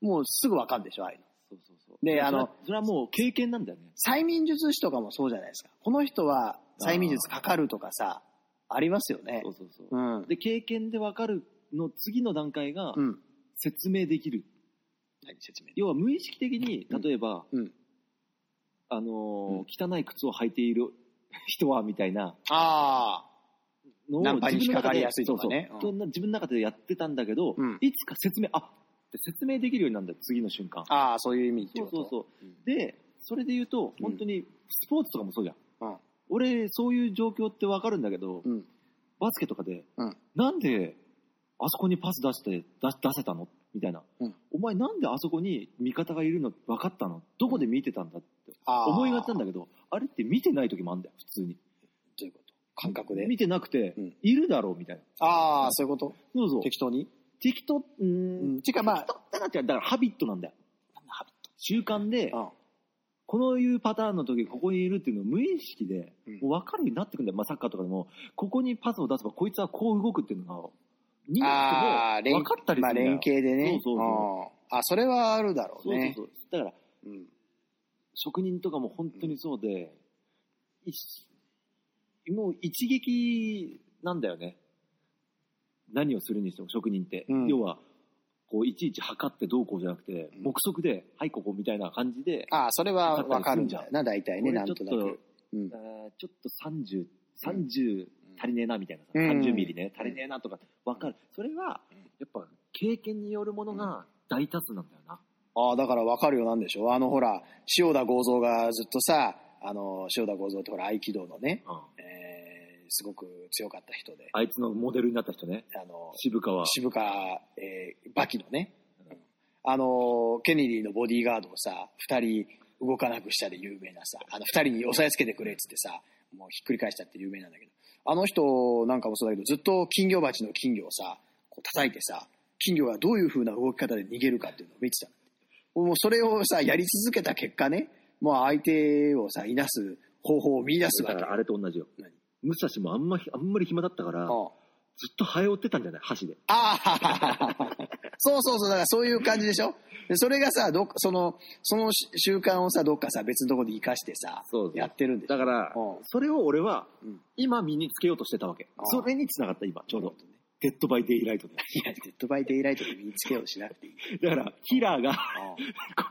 Speaker 2: もうすぐわかるでしょ、ああいうの。
Speaker 3: そうそうそう
Speaker 2: で
Speaker 3: それは
Speaker 2: あの
Speaker 3: それはもう経験なんだよね
Speaker 2: 催眠術師とかもそうじゃないですか。この人は催眠術かかるとかさ、ありますよね
Speaker 3: そ。うそうそう、
Speaker 2: うん。
Speaker 3: で経験で分かるの次の段階が
Speaker 2: うん。
Speaker 3: 説明できる、
Speaker 2: 何説明
Speaker 3: 要は無意識的に
Speaker 2: うん
Speaker 3: 例えば、
Speaker 2: うん
Speaker 3: あのー汚い靴を履いている人はみたいな
Speaker 2: ああ。
Speaker 3: のを
Speaker 2: ナンパに
Speaker 3: 自分
Speaker 2: 引っ
Speaker 3: の中
Speaker 2: かか
Speaker 3: で
Speaker 2: りやすいとかね
Speaker 3: そうそう
Speaker 2: う
Speaker 3: 自分の中でやってたんだけど、
Speaker 2: うん
Speaker 3: いつか説明あって説明できるようになるんだよ次の瞬間
Speaker 2: ああ、そういう意味って
Speaker 3: そ
Speaker 2: こ
Speaker 3: う
Speaker 2: と
Speaker 3: そうそう
Speaker 2: うん
Speaker 3: でそれで言うと
Speaker 2: うん
Speaker 3: 本当にスポーツとかもそうじゃん、
Speaker 2: うん
Speaker 3: 俺そういう状況って分かるんだけど、
Speaker 2: うん
Speaker 3: バスケとかで、
Speaker 2: うん
Speaker 3: なんであそこにパス出して出出せたのみたいな、
Speaker 2: うん
Speaker 3: お前なんであそこに味方がいるの分かったのどこで見てたんだって
Speaker 2: ああ
Speaker 3: 思いがちなん
Speaker 2: だ。
Speaker 3: だけどあれって見てない時もあるんだよ普通に
Speaker 2: ということ。感覚で。
Speaker 3: 見てなくて、
Speaker 2: うん
Speaker 3: いるだろうみたいな
Speaker 2: ああ、そういうこと
Speaker 3: そうそう
Speaker 2: 適当に
Speaker 3: 適当うー
Speaker 2: うんん。てかまあ、
Speaker 3: だからだからハビットなんだよ習慣で、
Speaker 2: うん
Speaker 3: このいうパターンの時ここにいるっていうのを無意識で、
Speaker 2: うん
Speaker 3: もう分かるようになってくるんだよ、まあ、サッカーとかでもここにパスを出せばこいつはこう動くっていうのが見
Speaker 2: ああ
Speaker 3: なくても分かったりするんだよ、
Speaker 2: まあ、連携でね。
Speaker 3: そうそうそ
Speaker 2: うんあ、それはあるだろう
Speaker 3: そうそう
Speaker 2: ね。
Speaker 3: そうだから
Speaker 2: うん
Speaker 3: 職人とかも本当にそうで、一もう一撃なんだよね何をするにしても職人って、
Speaker 2: うん
Speaker 3: 要はこういちいち測ってどうこうじゃなくて、
Speaker 2: うん
Speaker 3: 目測で「はいここ」みたいな感じで、
Speaker 2: ああ、それはわかるんだよな、大体ね、
Speaker 3: 俺
Speaker 2: なん
Speaker 3: ちょ
Speaker 2: と
Speaker 3: っと
Speaker 2: なく。うん
Speaker 3: あーちょっと3030、30足りねえなみたいなさ、
Speaker 2: うん
Speaker 3: 30ミリね足りねえなとか分かる、それは
Speaker 2: うん
Speaker 3: やっぱ経験によるものが大多数なんだよな、
Speaker 2: ああ、だからわかるようなんでしょう。あの、ほら、塩田剛造がずっとさ、あの、塩田剛造ってほら、合気道のね、
Speaker 3: うん
Speaker 2: えーすごく強かった人で、
Speaker 3: あいつのモデルになった人ね
Speaker 2: あの、
Speaker 3: 渋川
Speaker 2: 渋川、えー、バキのね
Speaker 3: うん、
Speaker 2: あの、ケネディのボディーガードをさ、二人動かなくしたで有名なさ、あの、二人に押さえつけてくれっつってさ、もうひっくり返したって有名なんだけど、あの人なんかもそうだけど、ずっと金魚鉢の金魚をさ、こう叩いてさ、金魚がどういう風な動き方で逃げるかっていうのを見てたの。もうそれをさ、やり続けた結果ね、もう相手をさ、いなす方法を見出すわ
Speaker 3: だ
Speaker 2: けよ。
Speaker 3: からあれと同じよ
Speaker 2: 何
Speaker 3: 武蔵もあんまあんまり暇だったから
Speaker 2: うん
Speaker 3: ずっとハエ追ってたんじゃない箸で
Speaker 2: ああ、そうそうそう、だからそういう感じでしょでそれがさ、どっか、その、そのし習慣をさ、どっかさ、別のところで生かしてさ、
Speaker 3: そうそう
Speaker 2: やってるんでしょ
Speaker 3: だから
Speaker 2: うん
Speaker 3: それを俺は
Speaker 2: うん
Speaker 3: 今身につけようとしてたわけ
Speaker 2: あー
Speaker 3: それにつながった今ちょうど「デッド・バイ・デイ・ライト」で
Speaker 2: いや、デッドバイデイライトで身につけようとしなくていい。
Speaker 3: だからキラーが こ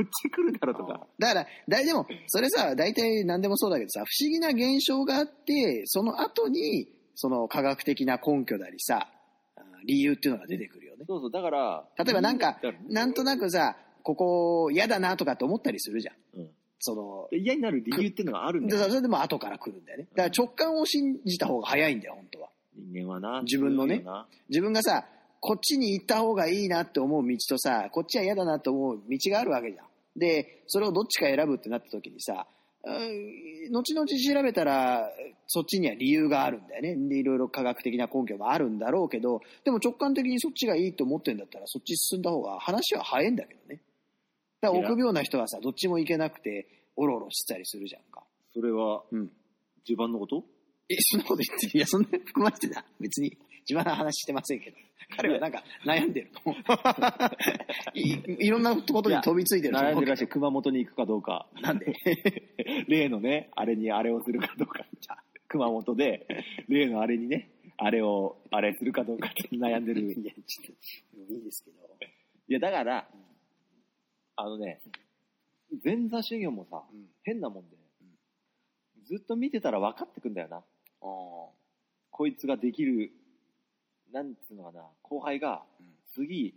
Speaker 3: っち来るだろうと
Speaker 2: だ
Speaker 3: か
Speaker 2: から、だいでも、それさ、大体何でもそうだけどさ、不思議な現象があって、その後に、その科学的な根拠なりさ、あー理由っていうのが出てくるよね。
Speaker 3: そうそうだから
Speaker 2: 例えばなんか
Speaker 3: だら、
Speaker 2: なんとなくさ、ここ嫌だなとかって思ったりするじゃん。
Speaker 3: うん
Speaker 2: その、
Speaker 3: で嫌になる理由っていうのがあるんだ
Speaker 2: で
Speaker 3: よ
Speaker 2: それでも後から来るんだよね。だから直感を信じた方が早いんだよ、本当は。
Speaker 3: 人間はな
Speaker 2: 自分のね
Speaker 3: 強いよな
Speaker 2: 自分がさ、こっちに行った方がいいなって思う道とさ、こっちは嫌だなって思う道があるわけじゃん。で、それをどっちか選ぶってなった時にさ、うん後々調べたら、そっちには理由があるんだよね。で、いろいろ科学的な根拠もあるんだろうけど、でも直感的にそっちがいいと思ってんだったら、そっち進んだ方が話は早いんだけどね。だから臆病な人はさ、どっちも行けなくて、おろおろしてたりするじゃんか。
Speaker 3: それは
Speaker 2: うん。
Speaker 3: 自分のこと
Speaker 2: え、そんなこと言ってるいや、そんな含まれてた。別に、自慢の話してませんけど。彼はなんか悩んでる と思うい。いろんなことに飛びついてると
Speaker 3: 悩ん
Speaker 2: 思
Speaker 3: で
Speaker 2: う
Speaker 3: るらしい 熊本に行くかどうか
Speaker 2: なんで
Speaker 3: 例のねあれにあれをするかどうかじゃあ熊本で例のあれにねあれをあれするかどうかって悩んでる
Speaker 2: いや、ちょっと、いいですけど。
Speaker 3: いやだからあのね前座修行もさ
Speaker 2: うん。
Speaker 3: 変なもんでずっと見てたら分かってくんだよな
Speaker 2: あ
Speaker 3: こいつができるなんつうのかな後輩が
Speaker 2: うん
Speaker 3: 次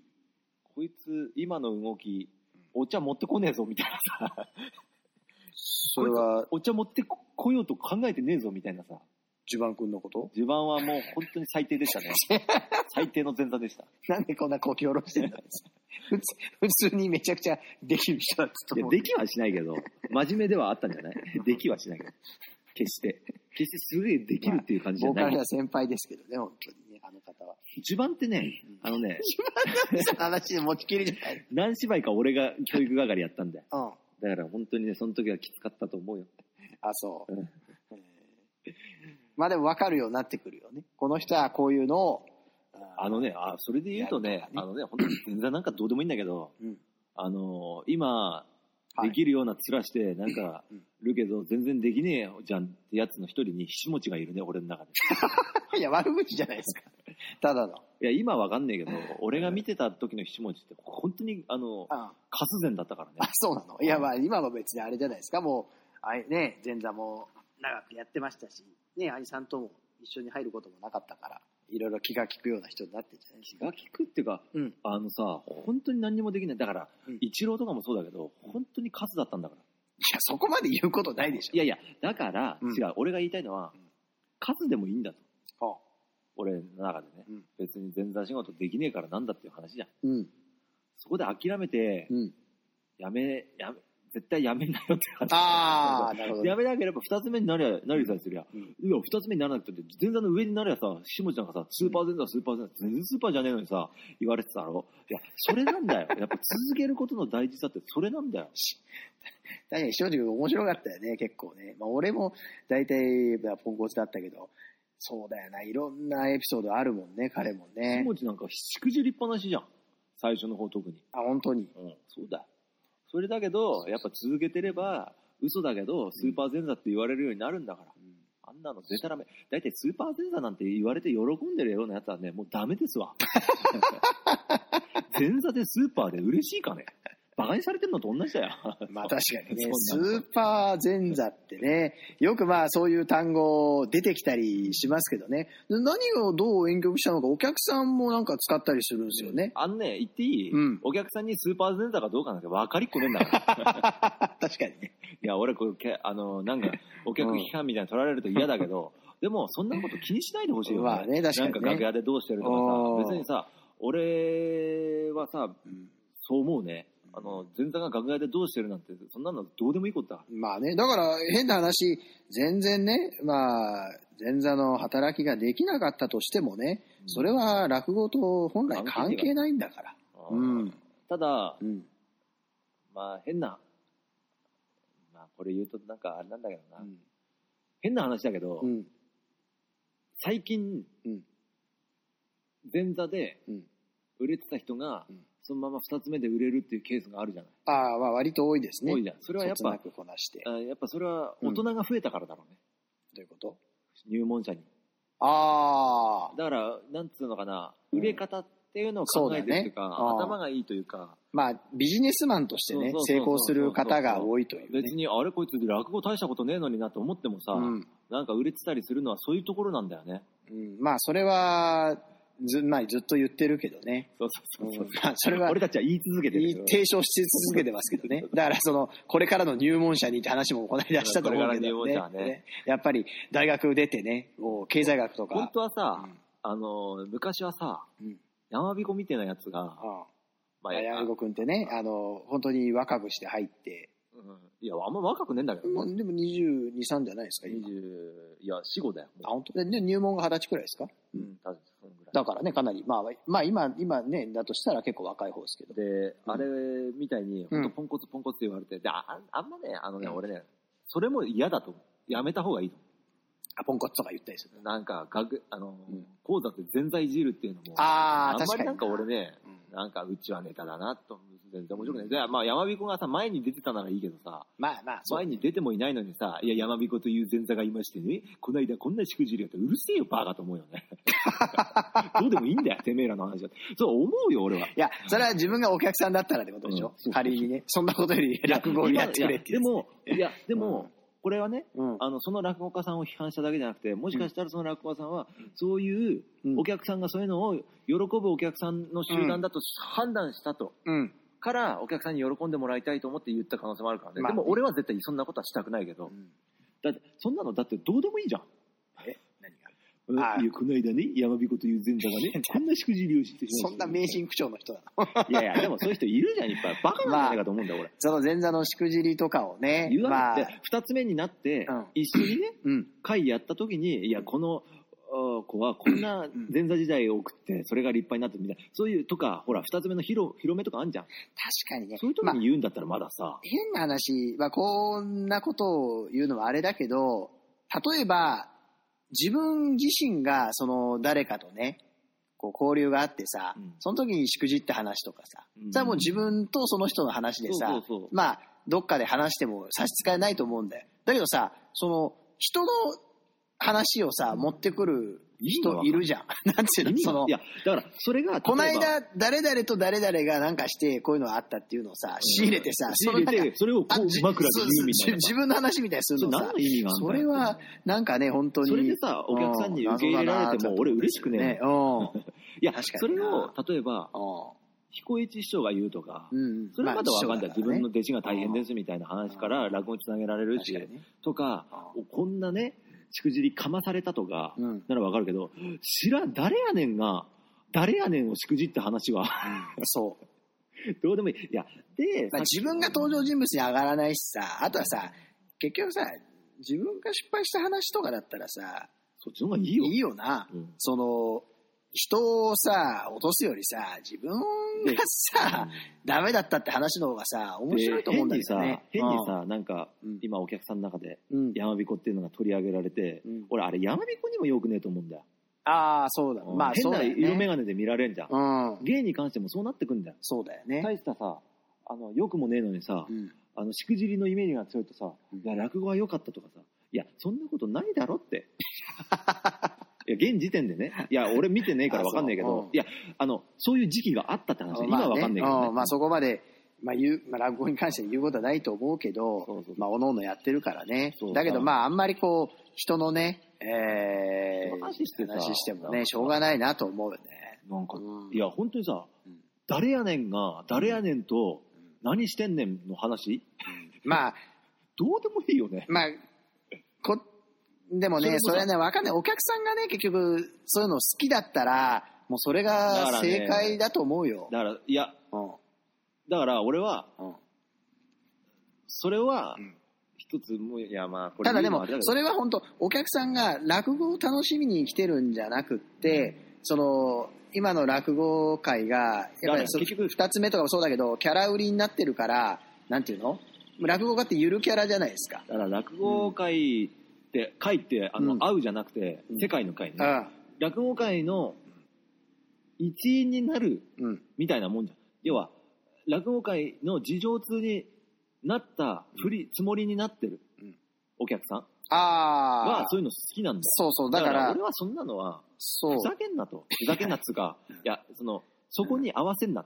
Speaker 3: こいつ今の動きお茶持ってこねえぞみたいなさ
Speaker 2: それは、
Speaker 3: お茶持ってこようと考えてねえぞみたいなさ
Speaker 2: 自慢くんのこと
Speaker 3: 序盤はもう本当に最低でした ね最低の前座でした
Speaker 2: なんでこんなこき下ろしてんだ普通普通にめちゃくちゃできる人だった
Speaker 3: い
Speaker 2: と
Speaker 3: や
Speaker 2: 思う。
Speaker 3: できはしないけど真面目ではあったんじゃないできはしないけど決して決してすげえできるっていう感じじゃ
Speaker 2: ボー
Speaker 3: な
Speaker 2: カル
Speaker 3: い
Speaker 2: は先輩ですけどね、本当にね、あの方は。
Speaker 3: 序盤ってねあのね
Speaker 2: その話で持ちきりじゃない。
Speaker 3: 何芝居か俺が教育係やったんだよ
Speaker 2: うん。
Speaker 3: だから本当にねその時はきつかったと思うよ
Speaker 2: あ、そう。
Speaker 3: うん
Speaker 2: えーまあでも分かるようになってくるよね。この人はこういうのを。
Speaker 3: あのねあそれで言うとねあのね本当に前座なんかどうでもいいんだけど
Speaker 2: うん、
Speaker 3: あの今
Speaker 2: はい
Speaker 3: できるような面してなんか
Speaker 2: うん
Speaker 3: るけど全然できねえよじゃんってやつの一人にひしもちがいるね俺の中で
Speaker 2: いや、悪口じゃないですか。ただの。
Speaker 3: いや、今わかんねえ けど、俺が見てた時の七文字って、本当に、あの、
Speaker 2: あ
Speaker 3: 活善だったから
Speaker 2: あ
Speaker 3: ね。
Speaker 2: そうなの。いや、まあ今は別にあれじゃないですか。もう、あれね、前座も長くやってましたし、ね、兄さんとも一緒に入ることもなかったから、いろいろ気が利くような人になってんじゃないです
Speaker 3: 気
Speaker 2: か
Speaker 3: が。利くっていうか、
Speaker 2: うん
Speaker 3: あのさ、本当に何にもできない。だから、
Speaker 2: うん
Speaker 3: 一郎とかもそうだけど、本当に数だったんだから。
Speaker 2: いや、そこまで言うことないでしょ。
Speaker 3: いやいや、だから、
Speaker 2: うん
Speaker 3: 違う、俺が言いたいのは
Speaker 2: うん、
Speaker 3: 数でもいいんだと。
Speaker 2: あ
Speaker 3: 俺の中でね。
Speaker 2: うん
Speaker 3: 別に前座仕事できねえからなんだっていう話じゃん。
Speaker 2: うん。
Speaker 3: そこで諦めて、
Speaker 2: うん。
Speaker 3: やめ、やめ、絶対やめんなよって話。
Speaker 2: あ あ、なるほど。
Speaker 3: やめなければ二つ目になりゃ、なりさえすりゃ、
Speaker 2: うん
Speaker 3: いや、二つ目にならなくて、前座の上になりゃさ、下地なんかさ、スーパー前座、スーパー前座、全然スーパーじゃねえのにさ、言われてたろ。いや、それなん だよ。やっぱ続けることの大事さってそれなんだよ。
Speaker 2: 確かに正直面白かったよね、結構ね。まあ、俺も大体、まあポンコツだったけど、そうだよな、いろんなエピソードあるもんね、彼もね
Speaker 3: 下。地なんかしくじりっぱなしじゃん。最初の方特に。
Speaker 2: あ、本当に。
Speaker 3: うん、そうだよ。それだけど、やっぱ続けてれば、嘘だけど、スーパー前座って言われるようになるんだから。あんなのデタラメ。だいたいスーパー前座なんて言われて喜んでるようなやつはね、もうダメで すわ。前座でスーパーで嬉しいかね。バカにされてるのと同じだよ。
Speaker 2: まあ確かにね、ス
Speaker 3: そんなの
Speaker 2: ーパー前座ってね、よくまあそういう単語出てきたりしますけどね、何をどう遠曲したのかお客さんもなんか使ったりするんですよね。
Speaker 3: あのね、言っていい、
Speaker 2: うん
Speaker 3: お客さんにスーパー前座かどうかなんて分かりっこねえんだから。
Speaker 2: 確かにね。
Speaker 3: いや、俺こうけ、あの、なんか、 お客批判みたいに取られると嫌だけど、でも、そんなこと気にしないでほしいよ、
Speaker 2: まあね確かにね
Speaker 3: なんか楽屋でどうしてると
Speaker 2: あー
Speaker 3: かさ、別にさ、俺はさ、
Speaker 2: うん
Speaker 3: そう思うね
Speaker 2: うん。
Speaker 3: あの、前座が楽屋でどうしてるなんて、そんなのどうでもいいことだ。
Speaker 2: まあね、だから変な話、全然ね、まあ、前座の働きができなかったとしてもね、それは落語と本来関係ないんだから。うん。
Speaker 3: ただ、
Speaker 2: うん。
Speaker 3: まあ変な、まあこれ言うとなんかあれなんだけどな、
Speaker 2: うん
Speaker 3: 変な話だけど、
Speaker 2: うん。
Speaker 3: 最近、
Speaker 2: うん
Speaker 3: 前座で
Speaker 2: うん
Speaker 3: 売れてた人が、
Speaker 2: うん
Speaker 3: そのまま二つ目で売れるっていうケースがあるじゃない。
Speaker 2: ああ、まあ割と多いですね。
Speaker 3: 多いじゃん。それはやっ
Speaker 2: そつな
Speaker 3: ぱ、
Speaker 2: くこなして。
Speaker 3: あ
Speaker 2: ど
Speaker 3: やっぱそれは大人が増えたからだろうね、
Speaker 2: ういうこと
Speaker 3: 入門者に。
Speaker 2: ああ、
Speaker 3: だから、なんつうのかな、
Speaker 2: うん
Speaker 3: 売れ方っていうのを考えてるというか、
Speaker 2: そうだねあー
Speaker 3: 頭がいいというか、
Speaker 2: まあビジネスマンとしてね
Speaker 3: そう、そうそう
Speaker 2: 成功する方が多いというね。
Speaker 3: 別に、あれこいつ落語大したことねえのになって思ってもさ、
Speaker 2: うん。
Speaker 3: なんか売れてたりするのはそういうところなんだよね。
Speaker 2: うん、まあそれはず,、まあ、ずっと言ってるけどね、
Speaker 3: そうそうそうそう。
Speaker 2: うんまあそれは
Speaker 3: 俺たちは言い続けてるけど。
Speaker 2: 提唱し続けてますけど ね、だからそのこれからの入門者にって話もこの間したと思うけど
Speaker 3: こ
Speaker 2: ね
Speaker 3: れからの入門者はね
Speaker 2: やっぱり大学出てね、こう経済学と
Speaker 3: 本
Speaker 2: か、
Speaker 3: 当はさ、
Speaker 2: うん
Speaker 3: あの、昔はさ、
Speaker 2: うん
Speaker 3: 山彦みたいなやつが、
Speaker 2: あ
Speaker 3: ま
Speaker 2: あ、矢
Speaker 3: う
Speaker 2: 君ってね、あの本当に若くして入って、
Speaker 3: んいや、あんま若くねえんだけど、
Speaker 2: もうでも22、3じゃないですか、
Speaker 3: 二
Speaker 2: 今。
Speaker 3: 十いや、四五だよ。
Speaker 2: あ本当でで入門が二十歳くらいですか
Speaker 3: うん、確かそのぐらい。
Speaker 2: だからね、かなり、まあ、まあ、今、今ね、だとしたら結構若い方ですけど。
Speaker 3: で、
Speaker 2: うん
Speaker 3: あれみたいに、
Speaker 2: うん
Speaker 3: 本当ポンコツポンコツって言われて、でああんあんまね、あのね、
Speaker 2: うん
Speaker 3: 俺ね、それも嫌だと思う。やめた方がいいと思
Speaker 2: あ、ポンコツとか言ったりする。
Speaker 3: う。なんか、学、あの、
Speaker 2: うん
Speaker 3: 講座って全在いじるっていうのも、
Speaker 2: ああ、
Speaker 3: んま
Speaker 2: 確か
Speaker 3: り
Speaker 2: に。
Speaker 3: なんか俺ね、
Speaker 2: うん
Speaker 3: なんかうちはネタだなと、全然面白くない。で、まあ山彦がさ、前に出てたならいいけどさ、
Speaker 2: まあまあ、そう
Speaker 3: 前に出てもいないのにさ、いや、山彦という前座がいましてね、この間こんなしくじりやって、うるせえよ、バーガと思うよ ね。どうでもいいんだよ、てめえらの話だってそう思うよ、俺は。
Speaker 2: いや、それは自分がお客さんだったらってことでし
Speaker 3: うん
Speaker 2: ょ
Speaker 3: そうそう
Speaker 2: 仮にね。そんなことより落語をやってくれって
Speaker 3: いやでも、いや、で
Speaker 2: う
Speaker 3: も
Speaker 2: ん、
Speaker 3: これはね、
Speaker 2: うん。
Speaker 3: あの、その落語家さんを批判しただけじゃなくて、もしかしたらその落語家さんは、そういう
Speaker 2: うん
Speaker 3: お客さんがそういうのを喜ぶお客さんの集団だと判断したと。
Speaker 2: うん。
Speaker 3: からお客さんに喜んでもらいたいと思って言った可能性もあるからね、
Speaker 2: まあ
Speaker 3: でも俺は絶対そんなことはしたくないけど、だってそんなのだってどうでもいいじゃん
Speaker 2: え何が
Speaker 3: うん
Speaker 2: ああ
Speaker 3: いやこの間ね山彦という前座が ねこんなしくじりをしてしま
Speaker 2: そ
Speaker 3: い
Speaker 2: ん
Speaker 3: ま
Speaker 2: な
Speaker 3: した
Speaker 2: 迷信口調の人なの。
Speaker 3: いやいやでもそういう人いるじゃんいっぱいバカなんじゃないかと思うんだよ、俺
Speaker 2: その前座のしくじりとかをね。
Speaker 3: 言わ
Speaker 2: ま
Speaker 3: れ
Speaker 2: あ
Speaker 3: て、2つ目になって、
Speaker 2: うん
Speaker 3: 一緒にね
Speaker 2: うん。
Speaker 3: 会やった時にいやこのあー子はこんな前座時代を送ってそれが立派になってみたいなそういうとかほら2つ目の広広めとかあんじゃん
Speaker 2: 確かにね
Speaker 3: そういう。時
Speaker 2: まあ
Speaker 3: に、言うんだったらまださ、
Speaker 2: 変な話、まあ、こんなことを言うのはあれだけど、例えば、自分自身が、その、誰かとね、こう、交流があってさ、
Speaker 3: うん
Speaker 2: その時にしくじった話とかさ、
Speaker 3: うん
Speaker 2: それはもう自分とその人の話でさ、
Speaker 3: そうそうそう
Speaker 2: まあ、どっかで話しても差し支えないと思うんだよ。だけどさ、その、人の話をさ、持ってくる人いるじゃん。 なんていうの、その
Speaker 3: い、やだからそれが
Speaker 2: この
Speaker 3: 例えば
Speaker 2: 間、誰々と誰々がなんかして、こういうのがあったっていうのをさ、仕入れてさ、
Speaker 3: 仕
Speaker 2: そ
Speaker 3: 入
Speaker 2: の
Speaker 3: れ
Speaker 2: 中
Speaker 3: て、それをこう
Speaker 2: じ
Speaker 3: 枕で言うみた
Speaker 2: そうそう
Speaker 3: いな。
Speaker 2: 自分の話みたいにす
Speaker 3: そ
Speaker 2: る
Speaker 3: れ
Speaker 2: の
Speaker 3: 何
Speaker 2: さ
Speaker 3: の、意味があるん
Speaker 2: そ
Speaker 3: だよ
Speaker 2: れは、なんかね、本当に。
Speaker 3: それでさ、お客さんに受け入れられても俺嬉しくねえ
Speaker 2: ね。うん。
Speaker 3: いや、
Speaker 2: 確かに
Speaker 3: それを、例えば、
Speaker 2: う
Speaker 3: 彦一師匠が言うとか、
Speaker 2: ん。
Speaker 3: それはまだわかんない。自分の
Speaker 2: ね
Speaker 3: 弟子が大変ですみたいな話から落語につなげられるし
Speaker 2: 確、かにね
Speaker 3: とか、こんなね、しくじりかまされたとか、
Speaker 2: うん。うん
Speaker 3: ならわかるけど、知らん、誰やねんが、誰やねんをしくじった話は、
Speaker 2: そう。
Speaker 3: どうでもいい。いや、で、
Speaker 2: まあ
Speaker 3: さっき
Speaker 2: 自分が登場人物に上がらないしさ、あとはさ、結局さ、自分が失敗した話とかだったらさ、
Speaker 3: そっちの方がいい
Speaker 2: い
Speaker 3: よ。
Speaker 2: いよな。
Speaker 3: うん
Speaker 2: その、人をさ、落とすよりさ、自分がさ、ダメだったって話の方がさ、面白いと思うんだけどね。
Speaker 3: で変にさ、変にさ、なんか
Speaker 2: うん、
Speaker 3: 今お客さんの中で、
Speaker 2: うん、うん
Speaker 3: やまびこっていうのが取り上げられて、
Speaker 2: うん
Speaker 3: 俺あれやまびこにもよくねえと思うんだよ、
Speaker 2: ああ、そうだ。まあ、
Speaker 3: 変
Speaker 2: そう
Speaker 3: な
Speaker 2: だよ
Speaker 3: 色眼
Speaker 2: ね。
Speaker 3: 鏡で見られんじゃん、
Speaker 2: うん。
Speaker 3: 芸に関してもそうなってくんだよ
Speaker 2: そうだよね。
Speaker 3: 大したさあのよくもねえのにさ、
Speaker 2: うん。
Speaker 3: あのしくじりのイメージが強いとさ、
Speaker 2: うん
Speaker 3: いや落語は良かったとかさいやそんなことないだろって いや現時点でねいや俺見てねえから分かんねえけ
Speaker 2: あそう
Speaker 3: ど
Speaker 2: うん
Speaker 3: いやあのそういう時期があったって話で
Speaker 2: ま
Speaker 3: 今
Speaker 2: あね
Speaker 3: は分かんねえけど、ね
Speaker 2: うんまあ、そこまで、まあ、言う、まあ、落語に関して言うことはないと思うけど、
Speaker 3: そうそう
Speaker 2: まあ、おのおのやってるからね
Speaker 3: そう。
Speaker 2: だけど、
Speaker 3: まあ
Speaker 2: まあ、あんまりこう、人のね、えー、
Speaker 3: 話してさ
Speaker 2: 話してもね、しょうがないなと思うよね。
Speaker 3: なんか、
Speaker 2: うん
Speaker 3: いや本当にさ、
Speaker 2: うん
Speaker 3: 誰やねんが誰やねんと何してんねんの話
Speaker 2: まあ、
Speaker 3: どうでもいいよね
Speaker 2: まあ、こ、でもね、
Speaker 3: そ
Speaker 2: それ
Speaker 3: れこそ
Speaker 2: はね、わかんない。お客さんがね、結局、そういうの好きだったら、もうそれ
Speaker 3: だから
Speaker 2: が
Speaker 3: ね
Speaker 2: 正解だと思うよ。
Speaker 3: だから、いや、
Speaker 2: うん。
Speaker 3: だだから俺は、
Speaker 2: うん
Speaker 3: それは
Speaker 2: うん、
Speaker 3: 一つもう、いやまあ、これ
Speaker 2: ただでも
Speaker 3: 言うのはあれだけど
Speaker 2: それは本当お客さんが落語を楽しみに来てるんじゃなくってその今の落語界がやっぱりそ
Speaker 3: 結局
Speaker 2: 2つ目とかもそうだけどキャラ売りになってるからなんていうの落語家ってゆるキャラじゃないですか。
Speaker 3: だから落語会って、会って、あの、
Speaker 2: うん
Speaker 3: 会うじゃなくて、
Speaker 2: うん
Speaker 3: 世界の会ね。
Speaker 2: あ
Speaker 3: 落語界の一員になる
Speaker 2: うん
Speaker 3: みたいなもんじゃん。要は、落語界の事情通になったふり、つもりになってる
Speaker 2: うん
Speaker 3: お客さん
Speaker 2: あ
Speaker 3: が
Speaker 2: ー、
Speaker 3: そういうの好きなんだよ
Speaker 2: そうそうだか
Speaker 3: だから
Speaker 2: ら
Speaker 3: 俺はそんなのは、
Speaker 2: そう
Speaker 3: ふざけんなと。ふざけんなっつうか、いや、その、そこに合わせんな。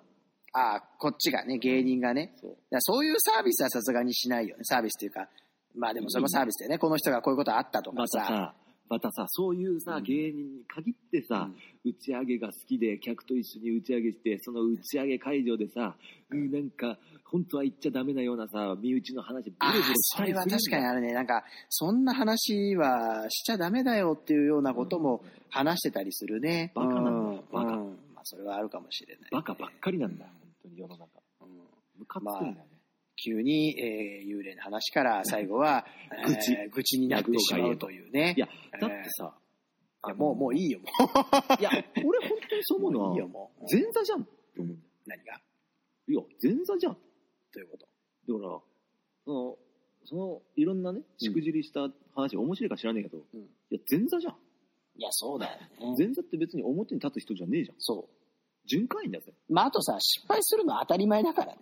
Speaker 2: あーこっちがね芸人がね
Speaker 3: そう。
Speaker 2: だからそういうサービスはさすがにしないよねサービスっていうかまあでもそれもサービスだよねこの人がこういうことあったとか
Speaker 3: また
Speaker 2: さ
Speaker 3: さ、またさ、そういう
Speaker 2: う
Speaker 3: さ
Speaker 2: ん、
Speaker 3: 芸人に限ってさ、打ち上げが好きで、客と一緒に打ち上げして、その打ち上げ会場でさ、うんなんか、本当は言っちゃダメなようなさ、身内の話、ブ
Speaker 2: あ
Speaker 3: ル
Speaker 2: ー
Speaker 3: ブルし
Speaker 2: そ
Speaker 3: たり
Speaker 2: れ
Speaker 3: する
Speaker 2: は
Speaker 3: んだ
Speaker 2: 確かにあれねなんかそんな話はしちゃダメだよっていうようなことも話してたりするね、
Speaker 3: バカなんだよ
Speaker 2: うん
Speaker 3: バカ
Speaker 2: うんまあ、それはあるかもしれないね、
Speaker 3: バカばっかりなんだ、本当に世の中。
Speaker 2: うん
Speaker 3: ムカつくんだよね。
Speaker 2: 急に、えー幽霊の話から最後は、
Speaker 3: 愚痴
Speaker 2: えー愚痴になってしまうというね
Speaker 3: いや
Speaker 2: えー
Speaker 3: だってさ、
Speaker 2: いやもうもういいよも
Speaker 3: いや、俺本当にそう
Speaker 2: う
Speaker 3: 思うの
Speaker 2: もういいよ
Speaker 3: は、
Speaker 2: もう
Speaker 3: 前座じゃんって思うんだよ。
Speaker 2: 何が
Speaker 3: いや、前座じゃん。
Speaker 2: ということ
Speaker 3: だから、その、その、いろんなね、しくじりした話、面白いか知らねえけど、
Speaker 2: うん
Speaker 3: いや、前座じゃん。
Speaker 2: いやそうだよ
Speaker 3: 前座って別に表に立つ人じゃねえじゃん。
Speaker 2: そう
Speaker 3: 巡回員だぜ。
Speaker 2: まあ、あとさ、失敗するのは当たり前だからね。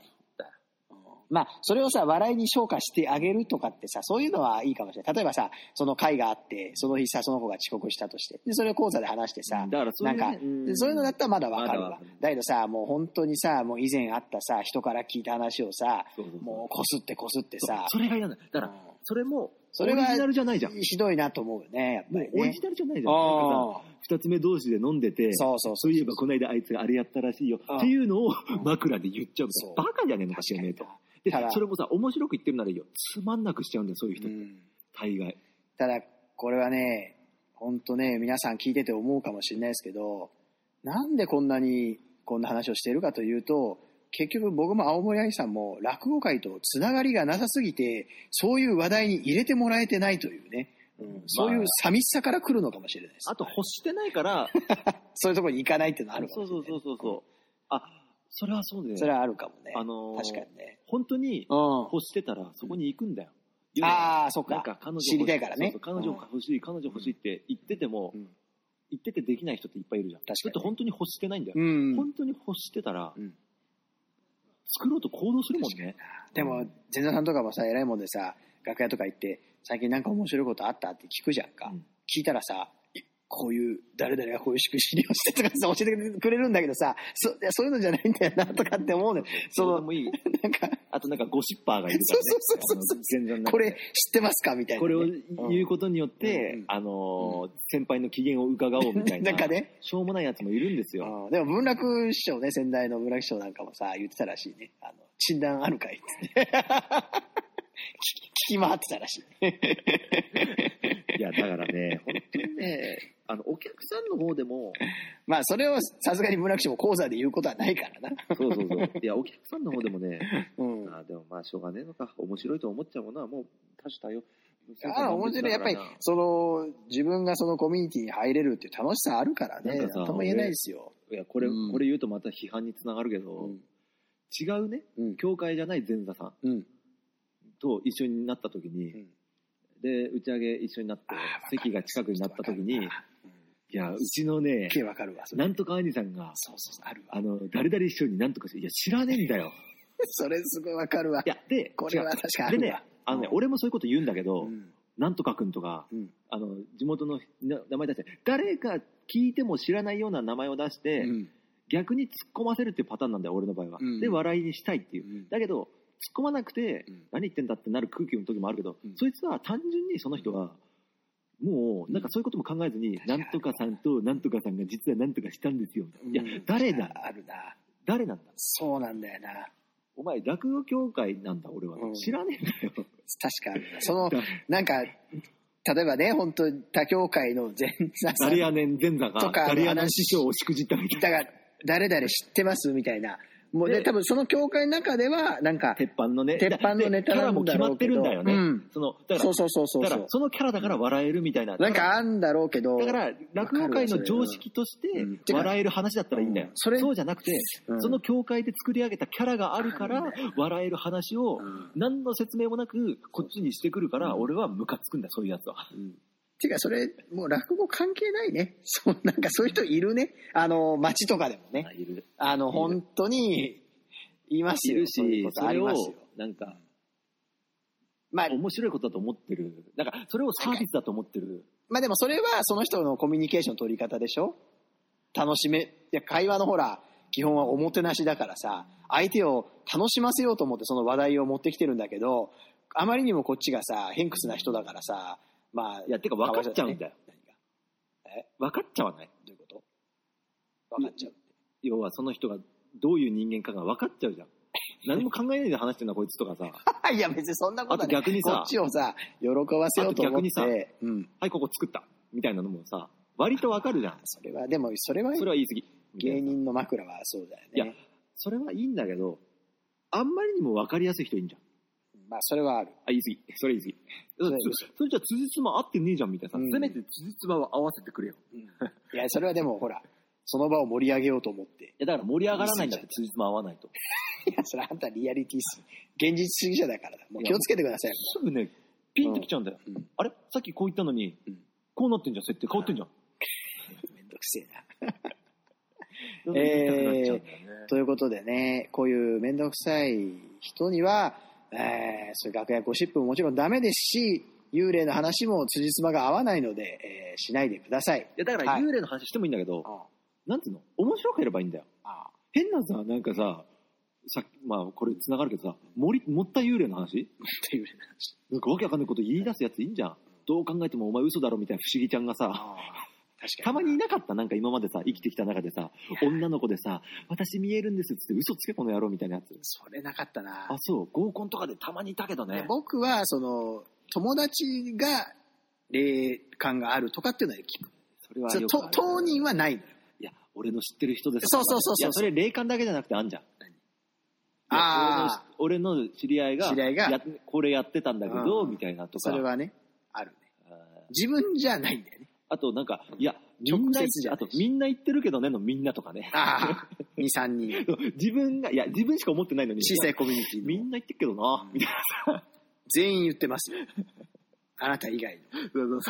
Speaker 2: まあ、それをさ、笑いに昇華してあげるとかってさ、そういうのはいいかもしれない。例えばさ、その会があって、その日さ、その子が遅刻したとして、で、それを講座で話してさ、
Speaker 3: だからそういうね、
Speaker 2: なんか
Speaker 3: ん
Speaker 2: でそういうのだったらまだわかる
Speaker 3: まだ
Speaker 2: わ
Speaker 3: わかる。
Speaker 2: だけどさ、もう本当にさ、もう以前あったさ、人から聞いた話をさ、
Speaker 3: そうそうそう
Speaker 2: もうこすってこすって
Speaker 3: そう
Speaker 2: さ、
Speaker 3: それが嫌なんだ。だか
Speaker 2: う
Speaker 3: ら、
Speaker 2: ん
Speaker 3: それも、
Speaker 2: それは
Speaker 3: オリジナルじゃないじゃん。
Speaker 2: ひどいなと思うよね、やっぱ
Speaker 3: も
Speaker 2: り
Speaker 3: うオリ
Speaker 2: ね
Speaker 3: ジ。ナルじゃないじゃん。なんか
Speaker 2: ああ
Speaker 3: さ二つ目同士で飲んでて、
Speaker 2: そうそうそう
Speaker 3: いえばこの間あいつあれやったらしいよ。
Speaker 2: ああ
Speaker 3: っていうのを
Speaker 2: ん
Speaker 3: 枕で言っちゃうみたい
Speaker 2: そう
Speaker 3: な。バカじゃねえのか知
Speaker 2: 確か
Speaker 3: らねえ
Speaker 2: に
Speaker 3: と
Speaker 2: な。
Speaker 3: で
Speaker 2: ただ、
Speaker 3: それもさ、面白く言ってるならいいよ。つまんなくしちゃうんだよ、そういう人。
Speaker 2: うん
Speaker 3: 大概。
Speaker 2: ただこれはね本当ね皆さん聞いてて思うかもしれないですけどなんでこんなにこんな話をしているかというと結局僕も青森愛さんも落語界とつながりがなさすぎてそういう話題に入れてもらえてないというね、うんそういう寂しさから来るのかもしれないです
Speaker 3: あと、欲してないから、
Speaker 2: そういうところに行 かないっていうのはあるか
Speaker 3: そ
Speaker 2: も
Speaker 3: う
Speaker 2: しれない
Speaker 3: そうそうそうそう。あ、それはそうだよね。
Speaker 2: それはあるかもね、
Speaker 3: あのー
Speaker 2: 確かにね、
Speaker 3: 本当に
Speaker 2: うん、
Speaker 3: 欲してたら、そこに行くんだよ。
Speaker 2: ああそっか
Speaker 3: なんか彼女
Speaker 2: 知りたいからね
Speaker 3: そうそう彼女が欲しい、彼女欲しいって言ってても、
Speaker 2: うん
Speaker 3: 言っててできない人っていっぱいいるじゃん。
Speaker 2: 確かに
Speaker 3: だって本当に欲してないんだよ。
Speaker 2: うん
Speaker 3: 本当に欲してたら、
Speaker 2: うん
Speaker 3: 作ろうと行動するもんね。
Speaker 2: でも前座さんとかもさ偉いもんでさ楽屋とか行って最近なんか面白いことあったって聞くじゃんか、
Speaker 3: うん
Speaker 2: 聞いたらさいこういう誰々がこういうしくじりをしてとかさ教えてくれるんだけどさそいやそういうのじゃないんだよなとかって思うのよそ
Speaker 3: どうで
Speaker 2: の
Speaker 3: もいい。
Speaker 2: なん か
Speaker 3: あとなんかゴシッパーがいるからね。
Speaker 2: そうそうそうそう
Speaker 3: あの全然なんか
Speaker 2: これ知ってますかみたいな
Speaker 3: これを
Speaker 2: ね、
Speaker 3: 言うことによって、
Speaker 2: うん
Speaker 3: あのー先輩の機嫌を伺おうみたいな。
Speaker 2: なんかね
Speaker 3: しょうもないやつもいるんですよ。
Speaker 2: うんでも文楽師匠ね先代の文楽師匠なんかもさ言ってたらしいねあの診断あるかいっつって 聞き聞き回ってたらしい
Speaker 3: いや、だからね、本 当にね、あの、お客さんの方でも、
Speaker 2: まあそれをさすがに文楽師匠も講座で言うことはないから な、
Speaker 3: そうそうそう。いや、お客さんの方でもね、
Speaker 2: うん、
Speaker 3: あーでもまあしょうがねえのか面白いと思っちゃうものはもう多種多様
Speaker 2: ああ、面白い。やっぱり、その、自分がそのコミュニティに入れるっていう楽しさあるからね、
Speaker 3: な
Speaker 2: なんん
Speaker 3: かさ
Speaker 2: とも言えないですよ。
Speaker 3: いやこれ、
Speaker 2: うん
Speaker 3: これ言うとまた批判につながるけど、
Speaker 2: うん。
Speaker 3: 違うね
Speaker 2: うん。
Speaker 3: 教会じゃない前座さん
Speaker 2: うん。
Speaker 3: と一緒になった時に、
Speaker 2: うん
Speaker 3: で打ち上げ一緒になって
Speaker 2: あーわかる
Speaker 3: 席が近くになった時に
Speaker 2: うん
Speaker 3: いやうちのね
Speaker 2: すっげえわかるわ。それ
Speaker 3: なんとか兄さんが
Speaker 2: そうそうそう、あるわ。
Speaker 3: あの誰々師匠になんとかしていや知らねえんだよ
Speaker 2: それすごいわかるわ
Speaker 3: い。やで
Speaker 2: これは確かにあ
Speaker 3: 違うで
Speaker 2: る
Speaker 3: ね
Speaker 2: わ。
Speaker 3: あのね、
Speaker 2: うん
Speaker 3: 俺もそういうこと言うんだけど、
Speaker 2: うん。
Speaker 3: なんとかくんとか、
Speaker 2: うん
Speaker 3: あの地元のな名前出して誰か聞いても知らないような名前を出して、
Speaker 2: うん
Speaker 3: 逆に突っ込ませるっていうパターンなんだよ俺の場合は、
Speaker 2: うん
Speaker 3: で笑いにしたいっていう、
Speaker 2: うん
Speaker 3: だけど突っ込まなくて、
Speaker 2: うん
Speaker 3: 何言ってんだってなる空気の時もあるけど、
Speaker 2: うん
Speaker 3: そいつは単純にその人は、もうなんかそういうことも考えずに、なんとかさんとなんとかさんが実はなんとかしたんですよ、いや
Speaker 2: うん
Speaker 3: 誰だ
Speaker 2: あるな。
Speaker 3: 誰なんだ
Speaker 2: そうなんだよな。
Speaker 3: お前落語協会なんだ俺は、
Speaker 2: うん
Speaker 3: 知らねえんだよ
Speaker 2: 確かあるな。その
Speaker 3: だ、
Speaker 2: なんか、例えばね、本当他教会の前座さん
Speaker 3: 誰やねん前座が
Speaker 2: とか
Speaker 3: 誰やねん師匠をしくじったみたいな
Speaker 2: だから、誰々知ってますみたいな。もうね、
Speaker 3: で
Speaker 2: 多分その教会の中では、なんか、
Speaker 3: 鉄板のね
Speaker 2: 鉄板のネタ
Speaker 3: でキャ
Speaker 2: な
Speaker 3: ラも
Speaker 2: んだ
Speaker 3: 決ま
Speaker 2: ろ
Speaker 3: っ
Speaker 2: うけ
Speaker 3: て
Speaker 2: ど
Speaker 3: るんだよね、
Speaker 2: うん
Speaker 3: そのだから
Speaker 2: そうそうそうそう
Speaker 3: だ
Speaker 2: そ
Speaker 3: か
Speaker 2: う。
Speaker 3: らそのキャラだから笑えるみたいな
Speaker 2: なんかあんだろうけど、
Speaker 3: だから落語界の常識とし
Speaker 2: うん
Speaker 3: て笑える話だったらいいんだよ、
Speaker 2: うんそれ
Speaker 3: うじゃなくて、
Speaker 2: うん
Speaker 3: その教会で作り上げたキャラがあるから笑える話を
Speaker 2: うん
Speaker 3: 何の説明もなくこっちにしてくるから
Speaker 2: うん
Speaker 3: 俺はムカつくんだそういうやつは
Speaker 2: うんていうか、それ、もう落語関係ないね。 そう、なんかそういう人いるね。あの、街とかでもね。
Speaker 3: いる
Speaker 2: あの、
Speaker 3: いる
Speaker 2: 本当に、います
Speaker 3: い
Speaker 2: よ。
Speaker 3: る
Speaker 2: そういう
Speaker 3: し
Speaker 2: こと
Speaker 3: そ
Speaker 2: あり
Speaker 3: れを
Speaker 2: ますよ。
Speaker 3: なんか
Speaker 2: まあ、
Speaker 3: 面白いことだと思ってるなんかそれをサービスだと思ってる
Speaker 2: まあでもそれはその人のコミュニケーション取り方でしょ楽しめ、いや会話のほら、基本はおもてなしだからさ、相手を楽しませようと思ってその話題を持ってきてるんだけど、あまりにもこっちがさ、偏屈な人だからさ、まあ、
Speaker 3: いやてか分かっちゃうんだよ
Speaker 2: 何がえ
Speaker 3: 分かっちゃわない
Speaker 2: どういうこと分かっちゃう。
Speaker 3: 要はその人がどういう人間かが分かっちゃうじゃん何も考えないで話してんだこいつとかさ
Speaker 2: いや別にそんなことは
Speaker 3: あと逆にさ
Speaker 2: こっちをさ、喜ばせようと思っ
Speaker 3: あと逆
Speaker 2: て、うん。
Speaker 3: はいここ作ったみたいなのもさ割と分かるじゃん
Speaker 2: それは、でもそれは
Speaker 3: それは言い過ぎ
Speaker 2: 芸人の枕はそうだよね。
Speaker 3: いやそれはいいんだけどあんまりにも分かりやすい人いいんじゃん
Speaker 2: まあそれはある。
Speaker 3: あ言い過ぎそれ言い過
Speaker 2: そ
Speaker 3: ぎ
Speaker 2: う
Speaker 3: だってそそれじゃ辻褄合ってねえじゃんみたいなさ、
Speaker 2: うん
Speaker 3: せめて辻褄は合わせてくれよ
Speaker 2: いや、それはでもほら、その場を盛り上げようと思って。
Speaker 3: いやだから盛り上がらないんだって辻褄合わないと
Speaker 2: いや、それあんたリアリティす現実主義者だからだ。もう気をつけてください。
Speaker 3: すぐねピンときちゃうんだよ、
Speaker 2: うん
Speaker 3: あれさっきこう言ったのに、
Speaker 2: うん
Speaker 3: こうなってんじゃん設定変わってんじゃん、
Speaker 2: めんどくせえな。
Speaker 3: なんか言いたくなっちゃうんだよね
Speaker 2: ということでね、こういうめんどくさい人には、えー、そういう楽屋ゴシップももちろんダメですし、幽霊の話も辻褄が合わないので、えーしないでください。
Speaker 3: いやだから
Speaker 2: はい
Speaker 3: 幽霊の話してもいいんだけど、
Speaker 2: あ
Speaker 3: なんつうの面白ければいいんだよ
Speaker 2: あ
Speaker 3: 変なさなんかささっきまあこれ繋がるけどさ盛り持った幽霊の話
Speaker 2: っていう話。
Speaker 3: なんかわけわかんないこと言い出すやついいんじゃん。どう考えてもお前嘘だろみたいな不思議ちゃんがさ、
Speaker 2: あ確
Speaker 3: た
Speaker 2: か
Speaker 3: ま
Speaker 2: に。
Speaker 3: にいなかったなんか今までさ、生きてきた中でさ、女の子でさ、私見えるんですっつって嘘つけこの野郎みたいなやつ。
Speaker 2: それなかったな
Speaker 3: あ、。そう、合コンとかでたまにいたけどね。
Speaker 2: 僕は、その、友達が霊感があるとかっていうのは聞く。
Speaker 3: それは
Speaker 2: そ
Speaker 3: よ
Speaker 2: う
Speaker 3: くあ
Speaker 2: と
Speaker 3: る
Speaker 2: 当人はないのよ。
Speaker 3: いや、俺の知ってる人です
Speaker 2: そうそうそうそう
Speaker 3: や、それ霊感だけじゃなくてあんじゃん。
Speaker 2: あ
Speaker 3: いや俺の俺の知り合いが
Speaker 2: 知り合いが
Speaker 3: やこれやってたんだけど、
Speaker 2: うん
Speaker 3: みたいなとか
Speaker 2: それはね、あるね。
Speaker 3: あー
Speaker 2: 自分じゃないんだよ ね。
Speaker 3: あとなんかいやみんな
Speaker 2: 直接じゃ
Speaker 3: あ
Speaker 2: ない
Speaker 3: とみんな言ってるけどねのみんなとかね
Speaker 2: ああ、2、3人。
Speaker 3: 自分がいや自分しか思ってないのに
Speaker 2: 小さいコミュニテ
Speaker 3: み
Speaker 2: ィの。
Speaker 3: んな言ってるけどな、みたいな。
Speaker 2: 全員言ってますよ。あなた以外の。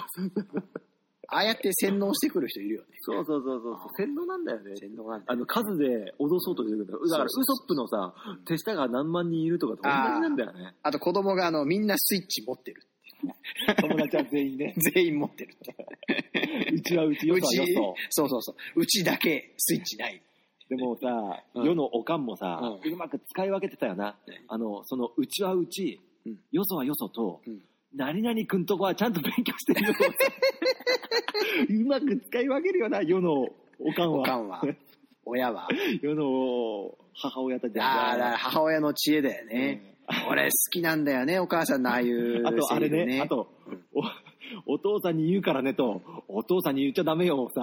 Speaker 2: ああやって洗脳してくる人いるよね。
Speaker 3: そうそうそうそう
Speaker 2: あー。
Speaker 3: 洗脳なんだよね。
Speaker 2: 洗脳なんだ
Speaker 3: あの、数で脅そうとしてくるんだよ。だから、ウ
Speaker 2: そうそう
Speaker 3: ソップのさ、手下が何万人いるとかと同じなんだよね。
Speaker 2: あと子供があの、みんなスイッチ持ってる。
Speaker 3: 友達は全員ね。
Speaker 2: 全員持ってるって。
Speaker 3: うちはうち、よ
Speaker 2: う
Speaker 3: そ
Speaker 2: ち
Speaker 3: はよ、
Speaker 2: そうそうそう。うちだけスイッチない。
Speaker 3: そ。でもさ、
Speaker 2: うん
Speaker 3: 世のおかんもさ、
Speaker 2: う
Speaker 3: うまく使い分けてたよな
Speaker 2: ね。
Speaker 3: あの、その、うちはうち
Speaker 2: うん、
Speaker 3: よそはよそと
Speaker 2: うん、
Speaker 3: 何々くんとこはちゃんと勉強してるよ。 うまく使い分けるよな、世のおかん
Speaker 2: おか
Speaker 3: は。
Speaker 2: ん は。親は。
Speaker 3: 世の母親たち
Speaker 2: ああ、だから母親の知恵だよね。俺好きなんだよね、お母さんのああいう
Speaker 3: あとあれ
Speaker 2: セリフ
Speaker 3: ね、あと、お、お父さんに言うからねと、お父さんに言っちゃダメ よ、さ。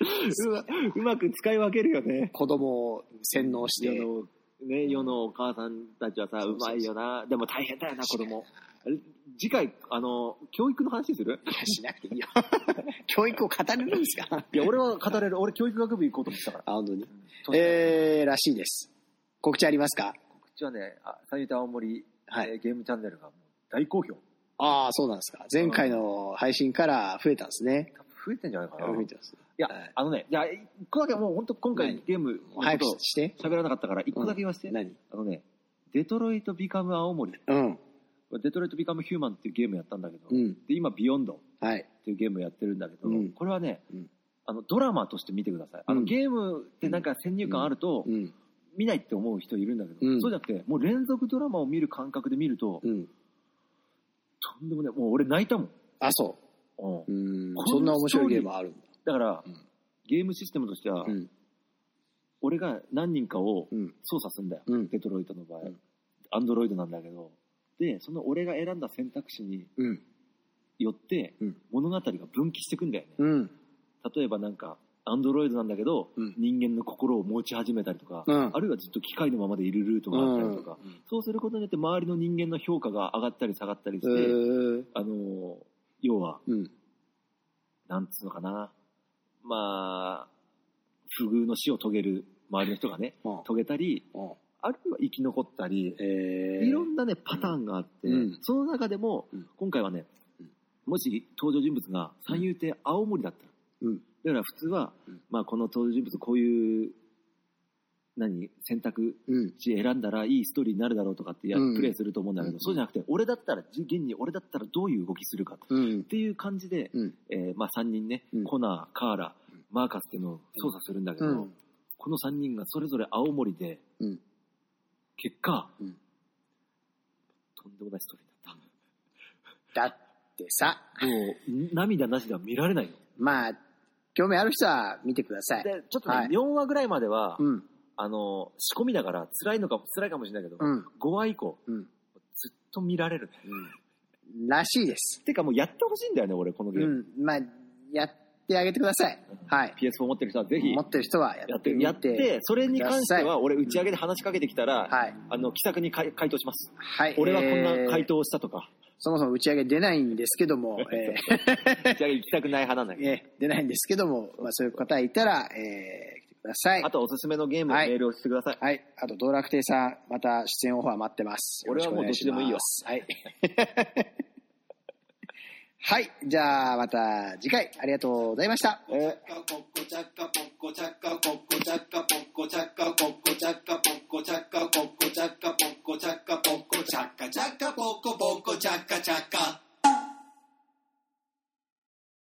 Speaker 3: うまうまく使い分けるよね。
Speaker 2: 子供を洗脳して。
Speaker 3: 世の、ね、世のお母さんたちはさ、
Speaker 2: そうそ
Speaker 3: う
Speaker 2: うそう
Speaker 3: まいよな。でも大変だよな、子供。あれ次回、あの、教育の話する
Speaker 2: いやしなくていい よ。教育を語れるんですか
Speaker 3: いや、俺は語れる。俺、教育学部行こうと思ってたから。
Speaker 2: あ、本当に。
Speaker 3: え
Speaker 2: えー、らしいです。告知ありますか
Speaker 3: こっちはね、三遊亭青森、
Speaker 2: はい
Speaker 3: えーゲームチャンネルがもう大好評。
Speaker 2: ああ、そうなんですか。前回の配信から増えたんですね。
Speaker 3: 多分増えてんじゃないかな。
Speaker 2: 増え
Speaker 3: い
Speaker 2: てます。
Speaker 3: や
Speaker 2: はい、
Speaker 3: あのね、じゃあ、一個だけもう本当今回ゲームのことを、
Speaker 2: 早くして。
Speaker 3: 喋らなかったから、一個だけ言わせて、
Speaker 2: 何
Speaker 3: あのね、デトロイト・ビカム・青森、
Speaker 2: うん。
Speaker 3: デトロイト・ビカム・ヒューマンっていうゲームやったんだけど、
Speaker 2: うん。
Speaker 3: で今、ビヨンドっ
Speaker 2: はい。
Speaker 3: ていうゲームやってるんだけど、
Speaker 2: うん
Speaker 3: これはね、
Speaker 2: うん
Speaker 3: あのドラマとして見てください。あの
Speaker 2: うん
Speaker 3: ゲームってなんか先入観あると、
Speaker 2: うん。
Speaker 3: 見ないって思う人いるんだけど、
Speaker 2: うん
Speaker 3: そうじゃなくて、もう連続ドラマを見る感覚で見ると、
Speaker 2: うん。
Speaker 3: とんでもない、もう俺泣いたもん。
Speaker 2: あ、そ
Speaker 3: うん
Speaker 2: う。うん。
Speaker 3: こんな
Speaker 2: そんな面白いゲームあるんだ。
Speaker 3: だから、
Speaker 2: うん
Speaker 3: ゲームシステムとしては、
Speaker 2: うん。
Speaker 3: 俺が何人かを
Speaker 2: うん。
Speaker 3: 操作するんだよ、
Speaker 2: うん
Speaker 3: デトロイトの場合
Speaker 2: うん、
Speaker 3: アンドロイドなんだけど、で、その俺が選んだ選択肢に
Speaker 2: うん。
Speaker 3: よって
Speaker 2: うん
Speaker 3: 物語が分岐してくんだよね、
Speaker 2: うん。
Speaker 3: 例えばなんかアンドロイドなんだけど、
Speaker 2: うん
Speaker 3: 人間の心を持ち始めたりとか、
Speaker 2: うん
Speaker 3: あるいはずっと機械のままでいるルートがあったりとか、
Speaker 2: うん
Speaker 3: そうすることによって周りの人間の評価が上がったり下がったりして、
Speaker 2: うん
Speaker 3: あの要は
Speaker 2: うん
Speaker 3: なんつうのかなまあ不遇の死を遂げる周りの人がね
Speaker 2: うん
Speaker 3: 遂げたり
Speaker 2: うん
Speaker 3: あるいは生き残ったり、
Speaker 2: えー
Speaker 3: いろんなねパターンがあって、
Speaker 2: うん
Speaker 3: その中でも、
Speaker 2: うん
Speaker 3: 今回はね
Speaker 2: うん
Speaker 3: もし登場人物が三遊亭青森だったら、
Speaker 2: うん
Speaker 3: だから普通は、
Speaker 2: うん
Speaker 3: まあ、この登場人物こういう何選択
Speaker 2: うん
Speaker 3: し選んだらいいストーリーになるだろうとかってや、
Speaker 2: うん
Speaker 3: プレイすると思うんだけど、
Speaker 2: うん
Speaker 3: そうじゃなくて俺だったらじ現に俺だったらどういう動きするかっ
Speaker 2: うん
Speaker 3: ていう感じで、
Speaker 2: うん
Speaker 3: えーまあ、3人ね、
Speaker 2: うん
Speaker 3: コナーカーラ
Speaker 2: ん
Speaker 3: マーカスっていうのを操作するんだけど、
Speaker 2: うん
Speaker 3: この3人がそれぞれ青森で、
Speaker 2: うん
Speaker 3: 結果、
Speaker 2: うん
Speaker 3: とんでもないストーリーだっ
Speaker 2: だってさ
Speaker 3: たもう涙なしでは見られないよ
Speaker 2: まあ興味ある人は見てください
Speaker 3: でちょっとね、
Speaker 2: はい
Speaker 3: 4話ぐらいまでは、
Speaker 2: うん
Speaker 3: あの仕込みだから辛いのかも辛いかもしれないけど、
Speaker 2: うん
Speaker 3: 5話以降
Speaker 2: うん
Speaker 3: ずっと見られるね
Speaker 2: うんらしいです
Speaker 3: てかもうやってほしいんだよね俺このゲー
Speaker 2: う
Speaker 3: ム、
Speaker 2: んまあやってあげてくださいはい
Speaker 3: PS4 持ってる人はぜひ
Speaker 2: 持ってる人はや
Speaker 3: やっ
Speaker 2: って
Speaker 3: て
Speaker 2: みて
Speaker 3: やってそれに関し
Speaker 2: く
Speaker 3: て
Speaker 2: ださ
Speaker 3: は俺打ち上げで話しかけてきたら、
Speaker 2: はい
Speaker 3: あの気さくにかい回答します
Speaker 2: はい
Speaker 3: 俺はこん
Speaker 2: え
Speaker 3: な
Speaker 2: ー
Speaker 3: 回答をしたとか、
Speaker 2: そもそも打ち上げ出ないんですけども、え
Speaker 3: 打ち上げ行きたくない派なんだけ
Speaker 2: ー
Speaker 3: ど、
Speaker 2: えー出ないんですけども、まあ、そういう方いたら、えー来てください
Speaker 3: あとはおすすめのゲームを
Speaker 2: はい
Speaker 3: メールをしてください、
Speaker 2: はい。あと、道楽亭さん、また出演オファー待ってます。
Speaker 3: 俺はもう
Speaker 2: よろしくお願しますはい。 はい。じゃあ、また次回、ありがとうございました。
Speaker 1: ポッコチャッカポッコチャッカポッコチャッカポッコチャッカポッコチャッカポッコチャッカポッコチャッカポッコチャッカポッコチャッカチャッカポッコポッコチャッカチャッカ